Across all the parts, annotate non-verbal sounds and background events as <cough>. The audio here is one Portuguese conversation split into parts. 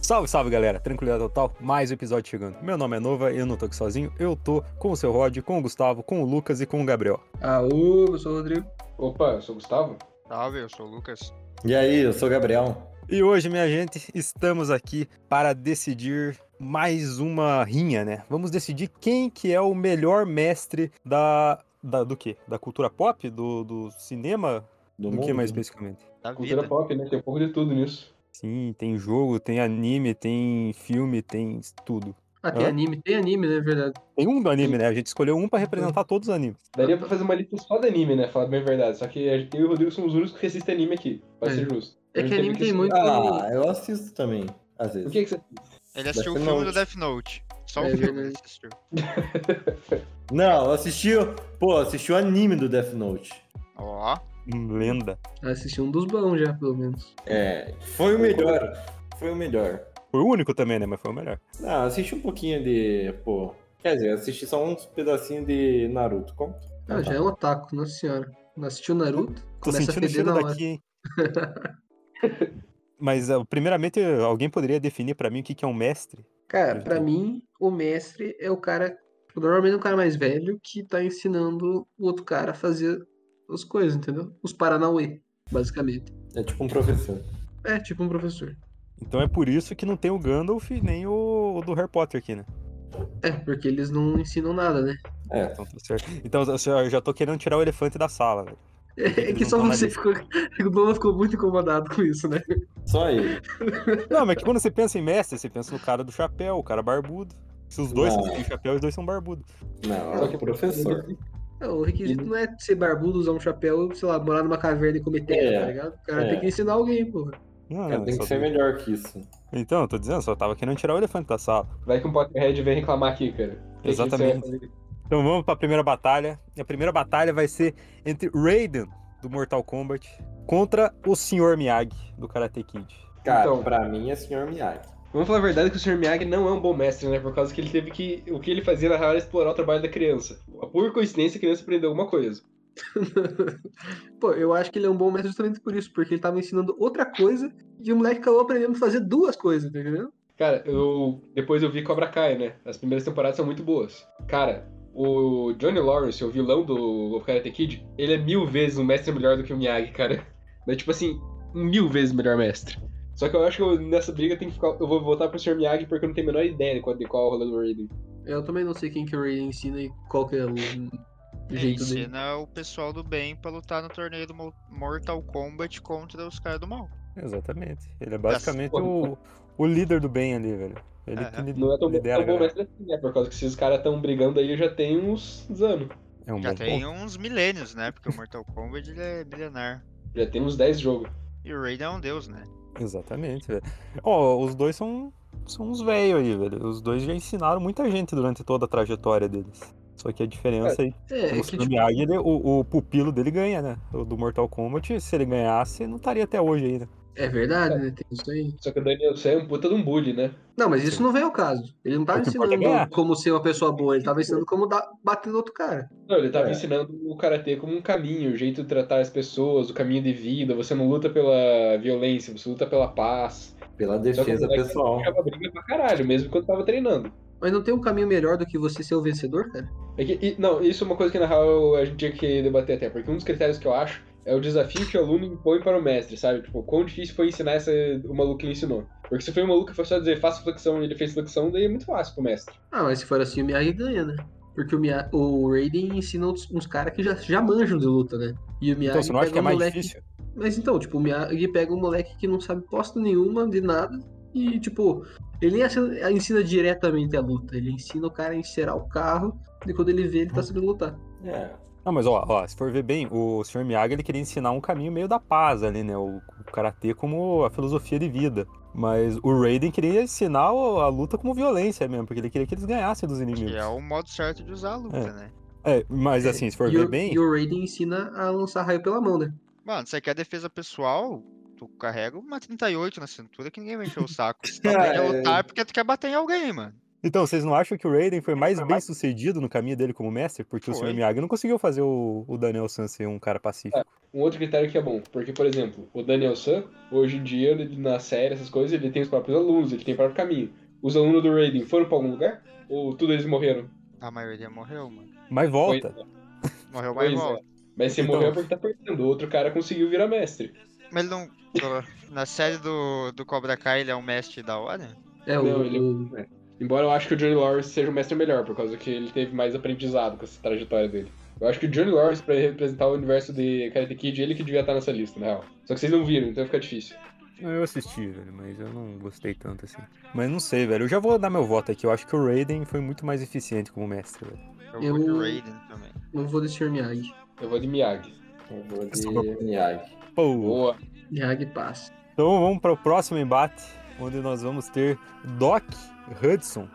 Salve, salve, galera. Tranquilidade total, mais um episódio chegando. Meu nome é Nova, eu não tô aqui sozinho, eu tô com o seu Rod, com o Gustavo, com o Lucas e com o Gabriel. Aú, eu sou o Rodrigo. Opa, eu sou o Gustavo. Salve, eu sou o Lucas. E aí, eu sou o Gabriel. E hoje, minha gente, estamos aqui para decidir mais uma rinha, né? Vamos decidir quem que é o melhor mestre da... da do quê? Da cultura pop? Do, do cinema? Do do mundo. que mais especificamente? Da Cultura vida. pop, né? Tem um pouco de tudo nisso. Sim, tem jogo, tem anime, tem filme, tem tudo. Ah, tem Hã? anime, tem anime, né, verdade. Tem um do anime, né? A gente escolheu um para representar todos os animes. Daria pra fazer uma lista só de anime, né? Falar bem a verdade. Só que a gente- eu e o Rodrigo somos os únicos que assistem anime aqui. Vai É. ser justo. É A gente que anime que tem muito- Ah, eu assisto também, às O vezes. que é que você... Ele assistiu o Death filme Note. do Death Note. Só um É filme verdade. ele assistiu. Não, eu assisti, pô, assisti o anime do Death Note. Ó, Hum, Lenda. Assisti um dos bons já, pelo menos. É, foi o melhor. Foi o melhor. Foi o único também, né? Mas foi o melhor. Não, assisti um pouquinho de, pô, quer dizer, assisti só uns pedacinhos de Naruto. Como? Ah, já é um otaku, nossa senhora. Não assistiu Naruto? tá. Tô Começa a sentindo o feder cheiro na hora. daqui, hein? <laughs> Mas, eh, primeiramente, alguém poderia definir pra mim o que que é um mestre? Cara, pra mim, o mestre é o cara, normalmente é um cara mais velho que tá ensinando o outro cara a fazer as coisas, entendeu? Os Paranauê, basicamente. É tipo um professor. É, tipo um professor. Então é por isso que não tem o Gandalf nem o, o do Harry Potter aqui, né? É, porque eles não ensinam nada, né? É, Então, tá certo. Então, eu já- eu já tô querendo tirar o elefante da sala, velho. É Eles que não tá só tão na você lista. ficou. <laughs> O Dono ficou muito incomodado com isso, né? só ele. Não, mas é que quando você pensa em mestre, você pensa no cara do chapéu, o cara barbudo. Se os dois Não. têm chapéu, os dois são barbudos. Não, é o professor. É, O Uhum. requisito não é ser barbudo, usar um chapéu, sei lá, morar numa caverna e comer terra, É, tá ligado? O cara é. tem que ensinar alguém, pô. Não, Cara, não, É, tem só que ser tô- melhor que isso. Então, eu tô dizendo, só tava querendo tirar o elefante da sala. Vai que um Potterhead vem reclamar aqui, cara. O que que você vai Exatamente. fazer? Então vamos pra primeira batalha. E a primeira batalha vai ser entre Raiden, do Mortal Kombat, contra o Sr. Miyagi, do Karate Kid. Cara, Então. pra mim é senhor Miyagi. Vamos falar a verdade que o Sr. Miyagi não é um bom mestre, né? Por causa que ele teve que... O que ele fazia, na real, era explorar o trabalho da criança. Por coincidência, a criança aprendeu alguma coisa. Pô, eu acho que ele é um bom mestre justamente por isso, porque ele tava ensinando outra coisa e o moleque acabou aprendendo a fazer duas coisas, tá entendendo? Cara, eu depois eu vi Cobra Kai, né? As primeiras temporadas são muito boas. Cara, o Johnny Lawrence, o vilão do Karate Kid, ele é mil vezes um mestre melhor do que o Miyagi, cara. <laughs> Mas tipo assim, mil vezes melhor mestre. Só que eu acho que eu- nessa briga tem que ficar, eu vou voltar pro Sr. Miyagi porque eu não tenho a menor ideia de qual, de qual é o rolê do Raiden. Eu também não sei quem que o Raiden ensina e qual que é o ele jeito dele. ensina né, o pessoal do bem pra lutar no torneio do Mo- Mortal Kombat contra os caras do mal. Exatamente. Ele é basicamente Nossa. o, o líder do bem ali, velho. Ele que Aham. li- Não é tão, bom- lidera, tão bom galera. mestre assim, né? Por causa que esses caras tão brigando aí já tem uns anos. É um Já bom tem ponto. uns milênios, né? Porque o Mortal Kombat ele é milenar. Já tem uns 10 jogos. E o Raiden é um deus, né? Exatamente, velho. Ó, os dois são, são uns velhos aí, velho. Os dois já ensinaram muita gente durante toda a trajetória deles. Só que a diferença aí, É, é o que Sr. Miyagi, ele- o, o pupilo dele ganha, né? O do Mortal Kombat, se ele ganhasse, não estaria até hoje aí, né? é verdade, né? Tem isso aí. Só que o Daniel Sam é um puta de um bully, né? Não, mas isso não vem ao caso. Ele não tava O que importa é ganhar. ensinando como ser uma pessoa boa, ele tava ensinando como dar, bater no outro cara. Não, ele tava É. ensinando o karatê como um caminho, o jeito de tratar as pessoas, o caminho de vida. Você não luta pela violência, você luta pela paz. Pela Só que é o defesa moleque pessoal. Ficava briga pra caralho, mesmo quando tava treinando. Mas não tem um caminho melhor do que você ser o vencedor, cara? É que- e- não, isso é uma coisa que na real eu- a gente tinha que debater até, porque um dos critérios que eu acho é o desafio que o aluno impõe para o mestre, sabe? Tipo, quão difícil foi ensinar essa, o maluco que ele ensinou. Porque se foi um maluco que foi só dizer faça flexão e ele fez flexão, daí é muito fácil pro mestre. Ah, mas se for assim, o Miyagi ganha, né? Porque o, Miyagi, o Raiden ensina uns, caras que já, já manjam de luta, né? E o Miyagi Então, você não acha pega que é um mais moleque... difícil? Mas então, tipo, o Miyagi pega um moleque que não sabe posta nenhuma de nada e, tipo, ele nem ensina, ensina diretamente a luta. Ele ensina o cara a encerar o carro e quando ele vê, ele tá sabendo lutar. É. Não, mas ó, ó, se for ver bem, o Sr. Miyagi ele queria ensinar um caminho meio da paz ali, né? O, o karatê como a filosofia de vida. Mas o Raiden queria ensinar o- a luta como violência mesmo, porque ele queria que eles ganhassem dos inimigos. Que é o modo certo de usar a luta, É. né? É, mas assim, se for E ver o, bem, e o Raiden ensina a lançar raio pela mão, né? Mano, você quer defesa pessoal? Tu <laughs> carrega uma 38 na cintura que ninguém vai encher o saco. Tu Cara, quer lutar porque tu quer bater em alguém, mano. Então, vocês não acham que o Raiden foi mais bem sucedido no caminho dele como mestre? Porque o Foi. Sr. Miyagi não conseguiu fazer o, o Daniel San ser um cara pacífico. Um outro critério que é bom, porque, por exemplo, o Daniel San, hoje em dia, ele, na série, essas coisas, ele tem os próprios alunos, ele tem o próprio caminho. Os alunos do Raiden foram pra algum lugar? Ou tudo eles morreram? A maioria morreu, mano. Mas volta. Pois é. Morreu, mas Pois é. volta. Mas se Então- morreu é porque tá perdendo. O outro cara conseguiu virar mestre. Mas ele não. Na série do, do Cobra Kai, ele é um mestre da hora? É, Não, o, ele- o- Embora eu acho que o Johnny Lawrence seja um mestre melhor, por causa que ele teve mais aprendizado com essa trajetória dele. Eu acho que o Johnny Lawrence, pra representar o universo de Karate Kid, ele que devia estar nessa lista, na real. Só que vocês não viram, então fica difícil. Eu assisti, velho, mas eu não gostei tanto assim. Mas não sei, velho. Eu já vou dar meu voto aqui. Eu acho que o Raiden foi muito mais eficiente como mestre, velho. Eu, Eu- vou de Raiden também. eu vou de Sr. Miyagi. Eu vou de Miyagi. Eu vou de Miyagi. Pô. Boa. Miyagi passa. Então vamos para o próximo embate, onde nós vamos ter Doc Hudson.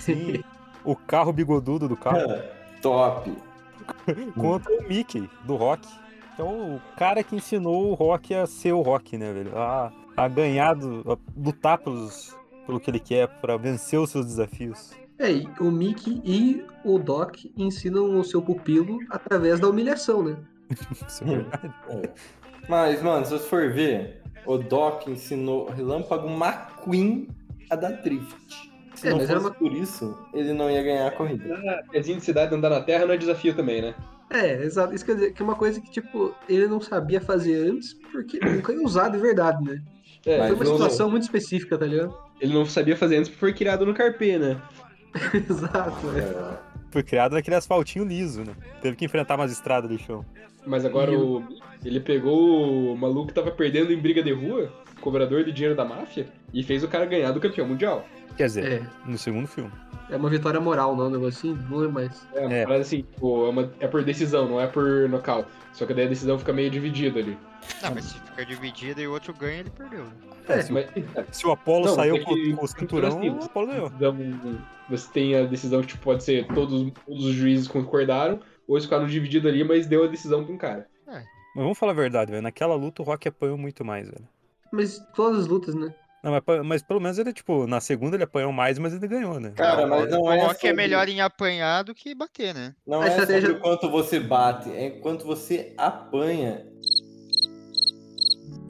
Sim, <laughs> o carro bigodudo do carro. Tá. <laughs> Top. contra o Mickey, do rock. Que é o cara que ensinou o rock a ser o rock, né, velho? A, a ganhar, do, a lutar pelos, pelo que ele quer, pra vencer os seus desafios. <laughs> É, e o Mickey e o Doc ensinam o seu pupilo através da humilhação, né? Isso é verdade. <laughs> É. Mas, mano, se você for ver, o Doc ensinou Relâmpago McQueen a dar drift. Se É, não mas fosse era uma- por isso, ele não ia ganhar a corrida. Pezinho de cidade andar na terra não é desafio também, né? É, exato. Isso quer dizer que é uma coisa que, tipo, ele não sabia fazer antes porque nunca ia usar de verdade, né? É, Mas Foi uma não- situação muito específica, tá ligado? ele não sabia fazer antes porque foi criado no Carpê, né? <laughs> Exato, né? É, Foi criado naquele asfaltinho liso, né? Teve que enfrentar umas estradas de chão. Mas agora E o... ele pegou o maluco que tava perdendo em briga de rua, cobrador de dinheiro da máfia, e fez o cara ganhar do campeão mundial. Quer dizer, É, no segundo filme. é uma vitória moral, não, um negocinho, não é mais. É, É. Mas assim, tipo, é, uma- é por decisão, não é por nocaute. Só que daí a decisão fica meio dividida ali. Não, mas se fica dividido e o outro ganha, ele perdeu. né? É, É, se, o, Mas é, se o Apollo Não, saiu tem com, com que- o tem que cinturão, fazer assim. o Apollo ganhou. decisão, você tem a decisão que tipo, pode ser todos, todos os juízes concordaram, ou eles ficaram divididos ali, mas deu a decisão pra um cara. Mas vamos falar a verdade, velho. Naquela luta o Rock apanhou muito mais, velho. Mas todas as lutas, né? Não, mas, pa- mas pelo menos ele, tipo, na segunda ele apanhou mais, mas ele ganhou, né? Cara, mas não é. O Rock é sobre- melhor em apanhar do que bater, né? Não A é estratégia- sobre o quanto você bate, é quanto você apanha.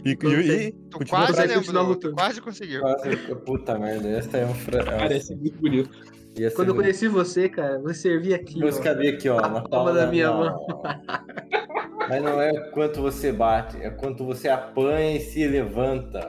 E, não e, sei. e Tu Continua quase atrás do final lembrou, lutando. tu quase conseguiu. Quase- Puta merda, essa é um fra... Parece muito bonito. Ia ser Quando eu muito- conheci você, cara, você servia aqui. ó. Música B aqui, ó. Na palma da minha mão. mão. Mas não é o quanto você bate, é quanto você apanha e se levanta.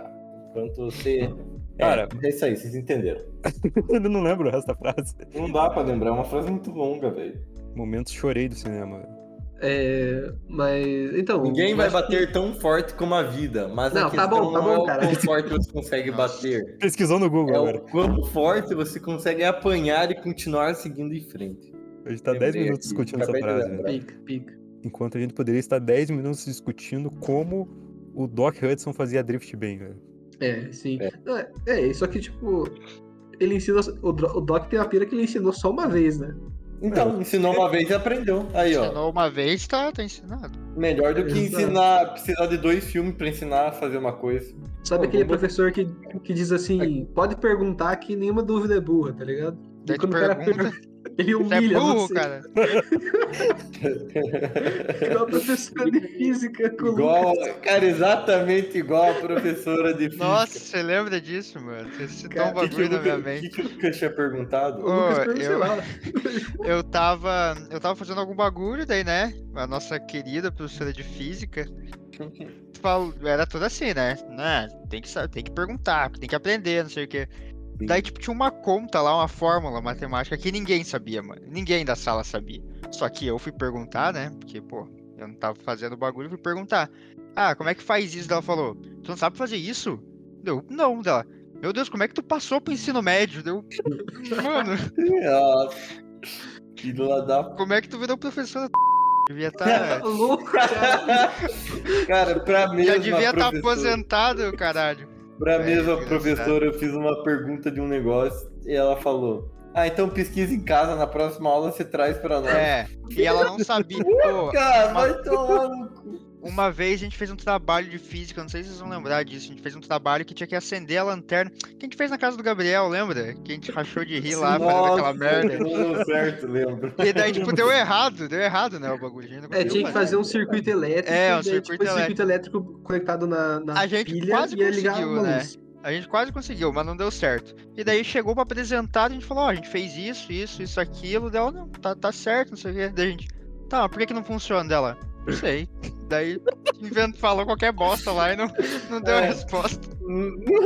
O Quanto você. É, Cara. é isso aí, vocês entenderam. <laughs> eu não lembro o resto da frase. Não dá pra lembrar, é uma frase muito longa, velho. Momentos chorei do cinema, velho. É, mas. Então. Ninguém vai mas- bater tão forte como a vida, mas Não, a tá questão bom, tá não bom, é o cara. quão forte você consegue bater. Pesquisou no Google É agora. o quão forte você consegue apanhar e continuar seguindo em frente. A gente tá Lembrei 10 minutos aqui, discutindo essa acabei de frase, lembrar. velho. Pica, pica. Enquanto a gente poderia estar 10 minutos discutindo como o Doc Hudson fazia drift bem, velho. É, sim. É, é, só que, tipo. Ele ensinou. O, Dro- o Doc tem uma pira que ele ensinou só uma vez, né? Então, ensinou é uma vez e aprendeu. Aí, ó. Ensinou uma vez, tá, tá ensinado. Melhor do que Exato. ensinar, precisar de dois filmes pra ensinar a fazer uma coisa. Sabe Pô, aquele vamos- É. professor que, que diz assim: pode perguntar que nenhuma dúvida é burra, tá ligado? E Daí tu o cara pergunta, pergunta, ele você é humilha burro, você. cara. Igual a é professora de física com o Igual, Lucas. cara, exatamente igual a professora de física. Nossa, você lembra disso, mano? Você citou Cara, um que que o bagulho na minha Lucas, que mente. que o Lucas tinha perguntado? O Lucas pergunta, sei eu- lá. Eu tava. Eu tava fazendo algum bagulho, daí, né? A nossa querida professora de física. falou- Tipo, Era tudo assim, né? né? Tem que saber, tem que perguntar, tem que aprender, não sei o quê. Daí, tipo, tinha uma conta lá, uma fórmula matemática que ninguém sabia, mano. Ninguém da sala sabia. Só que eu fui perguntar, né? Porque, pô, eu não tava fazendo bagulho, fui perguntar. Ah, como é que faz isso? Daí Ela falou, tu não sabe fazer isso? Deu, não, dela. Meu Deus, como é que tu passou pro ensino médio? Deu, mano. <laughs> Nossa. Filha da p- Como é que tu virou professor? Devia <laughs> estar. Tá louco, cara. Cara, pra mesma já devia estar professora, aposentado, caralho. pra É, mesma engraçado. professora, eu fiz uma pergunta de um negócio e ela falou: Ah, então pesquisa em casa, na próxima aula você traz pra nós. É. E ela não sabia. Pô, Cara, uma- vai tomar no cu. Uma vez a gente fez um trabalho de física, não sei se vocês vão lembrar disso. A gente fez um trabalho que tinha que acender a lanterna. Que a gente fez na casa do Gabriel, lembra? Que a gente rachou de rir lá, fazendo aquela merda. Tudo certo, lembro. <laughs> E daí, tipo, deu errado, deu errado, né? O bagulho. A gente não É, conseguiu tinha que fazer um circuito elétrico. É, um e daí, circuito tipo, esse circuito elétrico conectado na, na A gente pilha quase e ia ligar conseguiu, uma né? luz. A gente quase conseguiu, mas não deu certo. E daí chegou pra apresentar, a gente falou, ó, a gente fez isso, isso, isso, aquilo. Daí, ela, não, tá, tá certo, não sei o quê. Daí a gente, tá, mas por que que não funciona dela? Não sei. Daí invento, falou qualquer bosta lá e não, não deu É. resposta.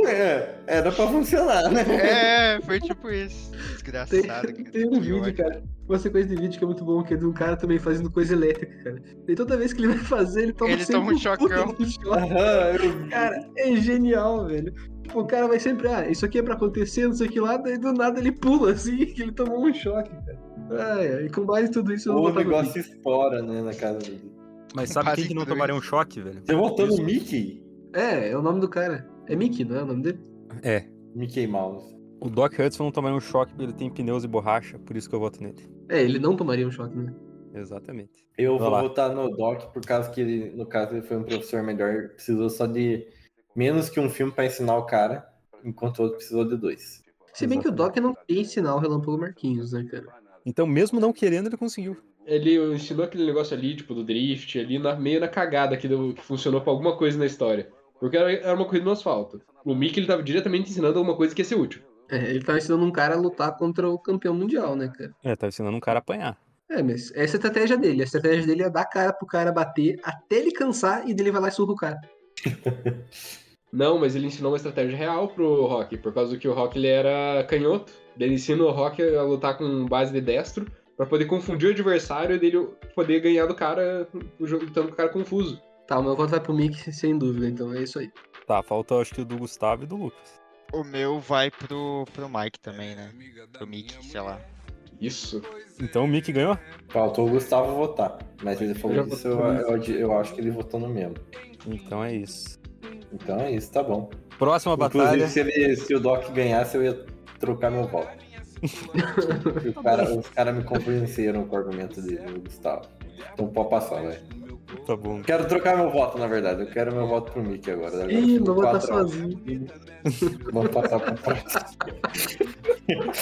É, Era pra funcionar, né? É, foi tipo isso. Desgraçado. cara. Tem um Que ódio. vídeo, cara. Uma sequência de vídeo que é muito bom, que é de um cara também fazendo coisa elétrica, cara. E toda vez que ele vai fazer, ele toma Ele sempre toma um puta de chocão. um choque. Aham, eu- Cara, é genial, velho. Tipo, o cara vai sempre, ah, isso aqui é pra acontecer, não sei o que lá, daí do nada ele pula assim, <laughs> que ele tomou um choque, cara. Ai, ai, e com base em tudo isso, eu não o vou botar no negócio espora, né, na casa dele. Mas sabe Quase quem que não dois. tomaria um choque, velho? Você voltou Isso. no Mickey? vídeo. É, é o nome do cara. É Mickey, não é o nome dele? É. Mickey Mouse. O Doc Hudson não tomaria um choque porque ele tem pneus e borracha, por isso que eu voto nele. É, ele não tomaria um choque, né? Exatamente. Eu Vai vou lá. votar no Doc por causa que ele, no caso, ele foi um professor melhor, precisou só de menos que um filme pra ensinar o cara, enquanto o outro precisou de dois. Se bem que o Doc não tem sinal relâmpago Marquinhos, né, cara? Então, mesmo não querendo, ele conseguiu. Ele ensinou aquele negócio ali, tipo, do drift, ali, na, meio na cagada que, deu, que funcionou pra alguma coisa na história. Porque era, era uma corrida no asfalto. O Mickey, ele tava diretamente ensinando alguma coisa que ia ser útil. É, ele tá ensinando um cara a lutar contra o campeão mundial, né, cara? É, tava ensinando um cara a apanhar. É, mas essa é a estratégia dele. A estratégia dele é dar cara pro cara bater até ele cansar e dele vai lá e surra o cara. Não, mas ele ensinou uma estratégia real pro Rock, por causa que o Rock ele era canhoto. Daí Ele ensina o Rock a lutar com base de destro pra poder confundir o adversário e dele poder ganhar do cara o jogo- lutando com o cara confuso. Tá, o meu voto vai pro Mickey, sem dúvida, então é isso aí. Tá, falta acho que o do Gustavo e do Lucas. O meu vai pro, pro Mike também, né? Pro Mickey, sei lá. Isso. Então o Mickey ganhou? Faltou o Gustavo votar, mas ele falou Eu já isso, eu, votei no eu, eu acho que ele votou no mesmo. Então é isso. Então é isso, tá bom. Próxima Inclusive, batalha. se, ele- se o Doc ganhasse, eu ia trocar meu voto. <laughs> Porque o cara- os caras me convenceram com o argumento dele, o Gustavo. Então pode passar, velho. Tá bom. Quero trocar meu voto, na verdade. Eu quero meu voto É, pro Mickey agora. Agora Ih, ficou meu voto tá quatro a um. sozinho. Vamos passar pro próximo.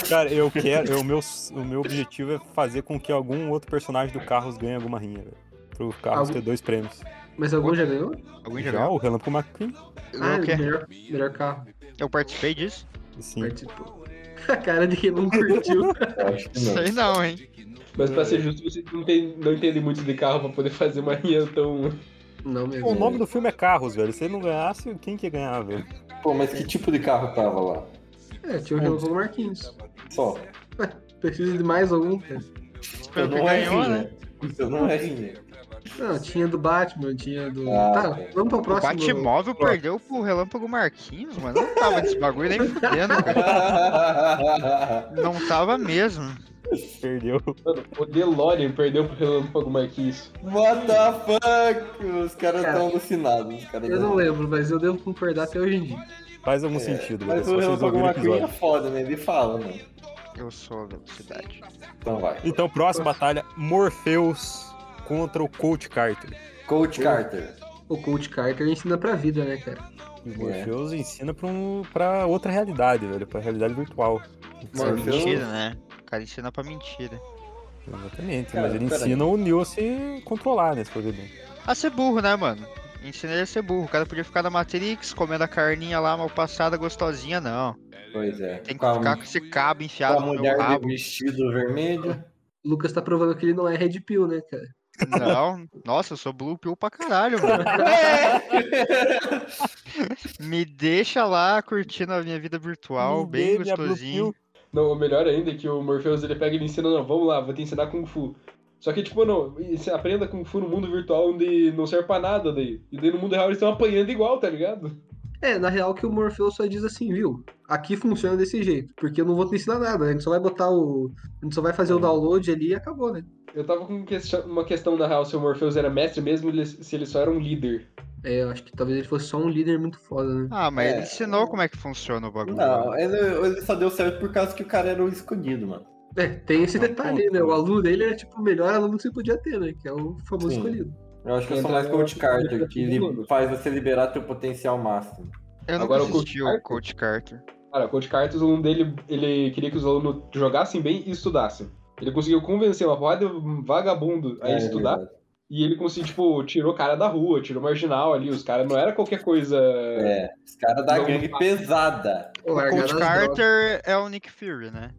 Cara, eu quero. eu- o, meu, o meu objetivo é fazer com que algum outro personagem do Carros ganhe alguma rinha, velho. Pro Carros Algum- ter dois prêmios. Mas algum já ganhou? Alguém já Já ganhou? o Relâmpago McQueen? Ganhou Ah, o quê? melhor, melhor carro. Eu participei disso? Sim. Participou. <laughs> A cara de quem não curtiu. Eu acho que não. Sei não, hein? Mas pra ser justo, vocês não, tem, não entendem muito de carro pra poder fazer uma linha tão. Não mesmo. O nome do filme é Carros, velho. Se ele não ganhasse, quem que ia ganhar, velho? Pô, mas que tipo de carro tava lá? É, tinha o relâmpago Marquinhos. Só. Precisa de mais algum? cara? Pelo que não é ganhou, rinha. né? Isso não é <laughs> rinha. Não, tinha do Batman, tinha do. Ah, tá, velho. vamos pro O próximo. Batmóvel perdeu pro Relâmpago Marquinhos, mano. Não tava nesse bagulho nem fudendo, cara. Não tava mesmo. Perdeu. Mano, o DeLorean perdeu pro um Relâmpago Marquinhos. What the fuck? Os caras Cara, estão alucinados. Os caras Eu não lembro, mas eu devo concordar até hoje em dia. Faz algum sentido, velho. É, Mas Se o vocês Relâmpago ouviram o McQueen é episódio. foda, né? Ele fala, mano. Eu sou a velocidade. Então vai. Então, próxima batalha: Morpheus contra o Coach Carter. Coach Carter. O Coach Carter ensina pra vida, né, cara? É. E o Morpheus ensina pra, um, pra outra realidade, velho. Pra realidade virtual. Isso é Mano, eu- mentira, né? O cara ensina pra mentira. Exatamente, Cara, mas ele peraí. ensina o Neo a se controlar, né? Se fazer bem. A ser burro, né, mano? Ensina ele a ser burro. O cara podia ficar na Matrix comendo a carninha lá mal passada, gostosinha, não. Pois é. Tem que Com a- ficar com esse cabo enfiado com a no meu mulher de rabo. vestido vermelho. O Lucas tá provando que ele não é Red Pill, né, cara? Não. Nossa, eu sou blue pill pra caralho, mano. É. Me deixa lá curtindo a minha vida virtual, bem Ninguém me abriu gostosinho. Não, o melhor ainda é que o Morpheus ele pega e ele ensina, não, vamos lá, vou te ensinar Kung Fu. Só que, tipo, não, você aprenda Kung Fu no mundo virtual onde não serve pra nada daí. E daí no mundo real eles estão apanhando igual, tá ligado? É, na real que o Morpheus só diz assim, viu? Aqui funciona desse jeito, porque eu não vou te ensinar nada, né? A gente só vai botar o. A gente só vai É. fazer o download ali e acabou, né? Eu tava com questão- uma questão na real se o Morpheus era mestre mesmo, ele- se ele só era um líder. É, eu acho que talvez ele fosse só um líder muito foda, né? Ah, mas ele É. ensinou como é que funciona o bagulho. Não, ele, ele só deu certo por causa que o cara era o escondido, mano. É, tem esse É um detalhe, ponto, né? O né? aluno dele era tipo o melhor aluno que você podia ter, né? Que é o famoso Sim. escolhido. Eu acho que eu sou mais coach Carter, que li- faz você liberar teu potencial máximo. Eu nunca Agora o Coach assisti o Coach Carter. Cara, o Coach Carter, o aluno dele, ele queria que os alunos jogassem bem e estudassem. Ele conseguiu convencer uma porrada de vagabundo a É, estudar. E ele conseguiu, tipo, tirou o cara da rua, tirou o marginal ali. Os caras não era qualquer coisa. É, os caras da Não. gangue pesada. O Coach Carter é o Nick Fury, né?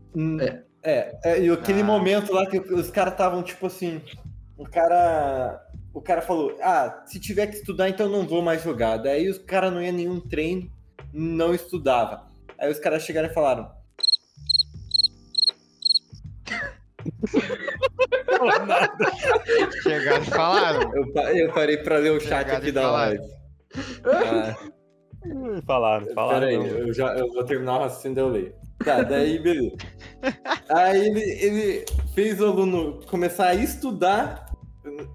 É, é, e aquele Ah. momento lá que os caras estavam tipo assim, o cara, o cara falou, ah, se tiver que estudar então não vou mais jogar. Daí os caras não ia nenhum treino, não estudava. Aí os caras chegaram e falaram, Chegaram e falaram. eu, pa- eu parei pra ler o chat Chegaram aqui e da falaram. live. <laughs> Ah, Hum, Falaram, falaram. né, Peraí, não. eu, já, eu vou terminar o raciocínio daí eu leio. Tá, daí beleza. Aí ele, ele fez o aluno começar a estudar.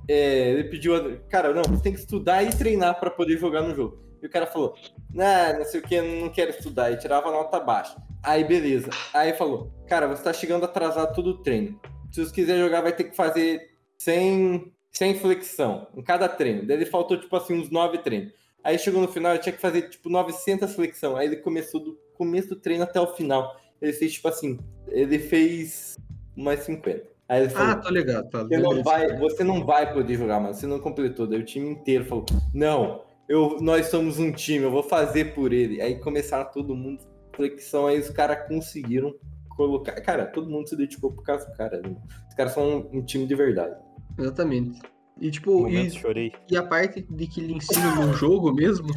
é, ele pediu, cara, não, você tem que estudar e treinar pra poder jogar no jogo. E o cara falou, não, não sei o que, não quero estudar. E tirava nota baixa. Aí beleza. Aí falou, cara, você tá chegando atrasado todo o treino. Se você quiser jogar, vai ter que fazer 100, 100 flexão em cada treino. Daí ele faltou, tipo assim, uns 9 treinos. Aí chegou no final, eu tinha que fazer tipo 900 flexão. Aí ele começou do começo do treino até o final. Ele fez tipo assim, ele fez mais 50. Aí ele falou, Ah, tô ligado, tá você, não ligado. vai, você não vai poder jogar, mano. Você não completou. Daí o time inteiro falou, não, eu, nós somos um time, eu vou fazer por ele. Aí começaram todo mundo flexão, aí os caras conseguiram colocar. Cara, todo mundo se dedicou por causa do cara. né? Os caras são um, um time de verdade. Exatamente. E No tipo, momento e, chorei. e a parte de que ele ensina no jogo mesmo,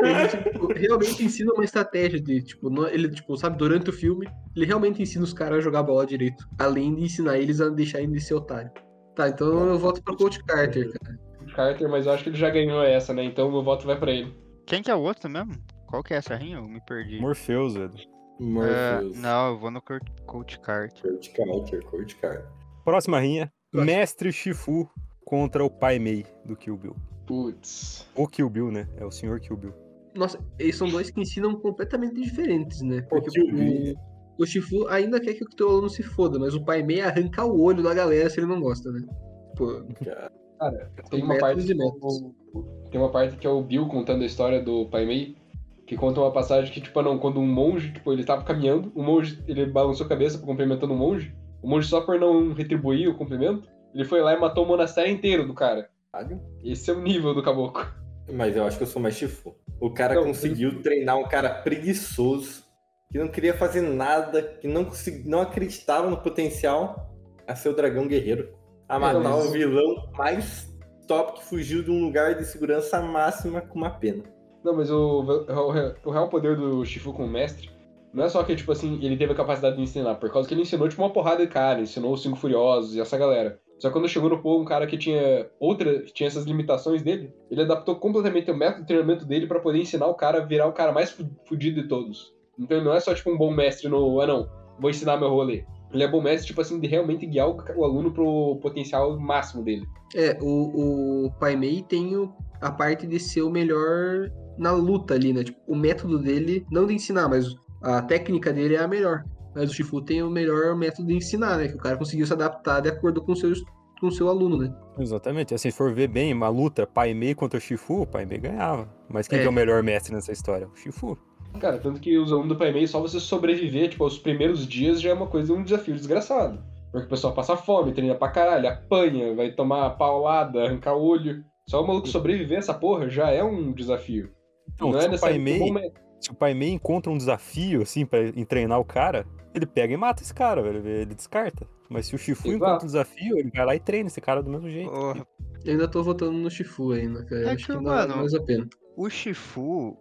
ele tipo, realmente ensina uma estratégia de, tipo, não- ele, tipo, sabe, durante o filme, ele realmente ensina os caras a jogar bola direito. Além de ensinar eles a deixarem de ser otário. Tá, então eu volto pro Coach Carter, cara. Coach Carter, mas eu acho que ele já ganhou essa, né? Então meu voto vai pra ele. Quem que é o outro mesmo? Qual que é essa rinha? Eu me perdi. Morpheus, velho. É, Morpheus, não, eu vou no Cur- Coach Carter. Coach Carter, Coach Carter. Próxima rinha. Mestre Shifu contra o Pai Mei do Kill Bill. Putz. O Kill Bill, né? É o senhor Kill Bill. Nossa, eles são dois que ensinam completamente diferentes, né? Pô, Porque que eu vi. o, o Shifu ainda quer que o teu aluno se foda, mas o pai meia arranca o olho da galera se ele não gosta, né? Pô, Tem uma Metros parte. e que é o- Tem uma parte que é o Bill contando a história do Pai Mei, que conta uma passagem que, tipo, não, quando um monge, tipo, ele tava caminhando, o monge, ele balançou a cabeça cumprimentando o monge, o monge só por não retribuir o cumprimento, ele foi lá e matou o monastério inteiro do cara. Esse é o nível do caboclo. Mas eu acho que eu sou mais chifu. O cara Não, conseguiu treinar um cara preguiçoso, que não queria fazer nada, que não, consegui- não acreditava no potencial a ser o dragão guerreiro. A matar mas- o vilão mais top que fugiu de um lugar de segurança máxima com uma pena. Não, mas o, o, o real poder do Shifu como mestre não é só que, tipo assim, ele teve a capacidade de ensinar, por causa que ele ensinou, tipo, uma porrada de cara, ensinou os Cinco Furiosos e essa galera. Só que quando chegou no povo, um cara que tinha outra, tinha essas limitações dele, ele adaptou completamente o método de treinamento dele pra poder ensinar o cara a virar o cara mais fu- fudido de todos. Então ele não é só, tipo, um bom mestre no, ah não, vou ensinar meu rolê. Ele é bom mestre, tipo assim, de realmente guiar o, ca- o aluno pro potencial máximo dele. é, o, o pai meia tem o- a parte de ser o melhor na luta ali, né? Tipo, o método dele, não de ensinar, mas a técnica dele é a melhor. Mas o Shifu tem o melhor método de ensinar, né? Que o cara conseguiu se adaptar de acordo com seus, com o seu aluno, né? Exatamente. Assim, se for ver bem, uma luta Pai Mei contra o Shifu, o Pai Mei ganhava. Mas quem É. que é o melhor mestre nessa história? O Shifu. Cara, tanto que os alunos do Pai Mei, só você sobreviver, tipo, aos primeiros dias já é uma coisa, um desafio desgraçado. Porque o pessoal passa fome, treina pra caralho, apanha, vai tomar paulada, arrancar o olho. Só o maluco sobreviver a essa porra já é um desafio. Então, não se o é Pai necessariamente Mei bom mestre. se o Pai Mei encontra um desafio, assim, pra em treinar o cara, ele pega e mata esse cara, velho. Ele descarta. Mas se o Shifu Exato. encontra um desafio, ele vai lá e treina esse cara do mesmo jeito. Porra, Eu ainda tô votando no Shifu ainda, cara. É Acho que, que, não vale mano, mais a pena. o Shifu,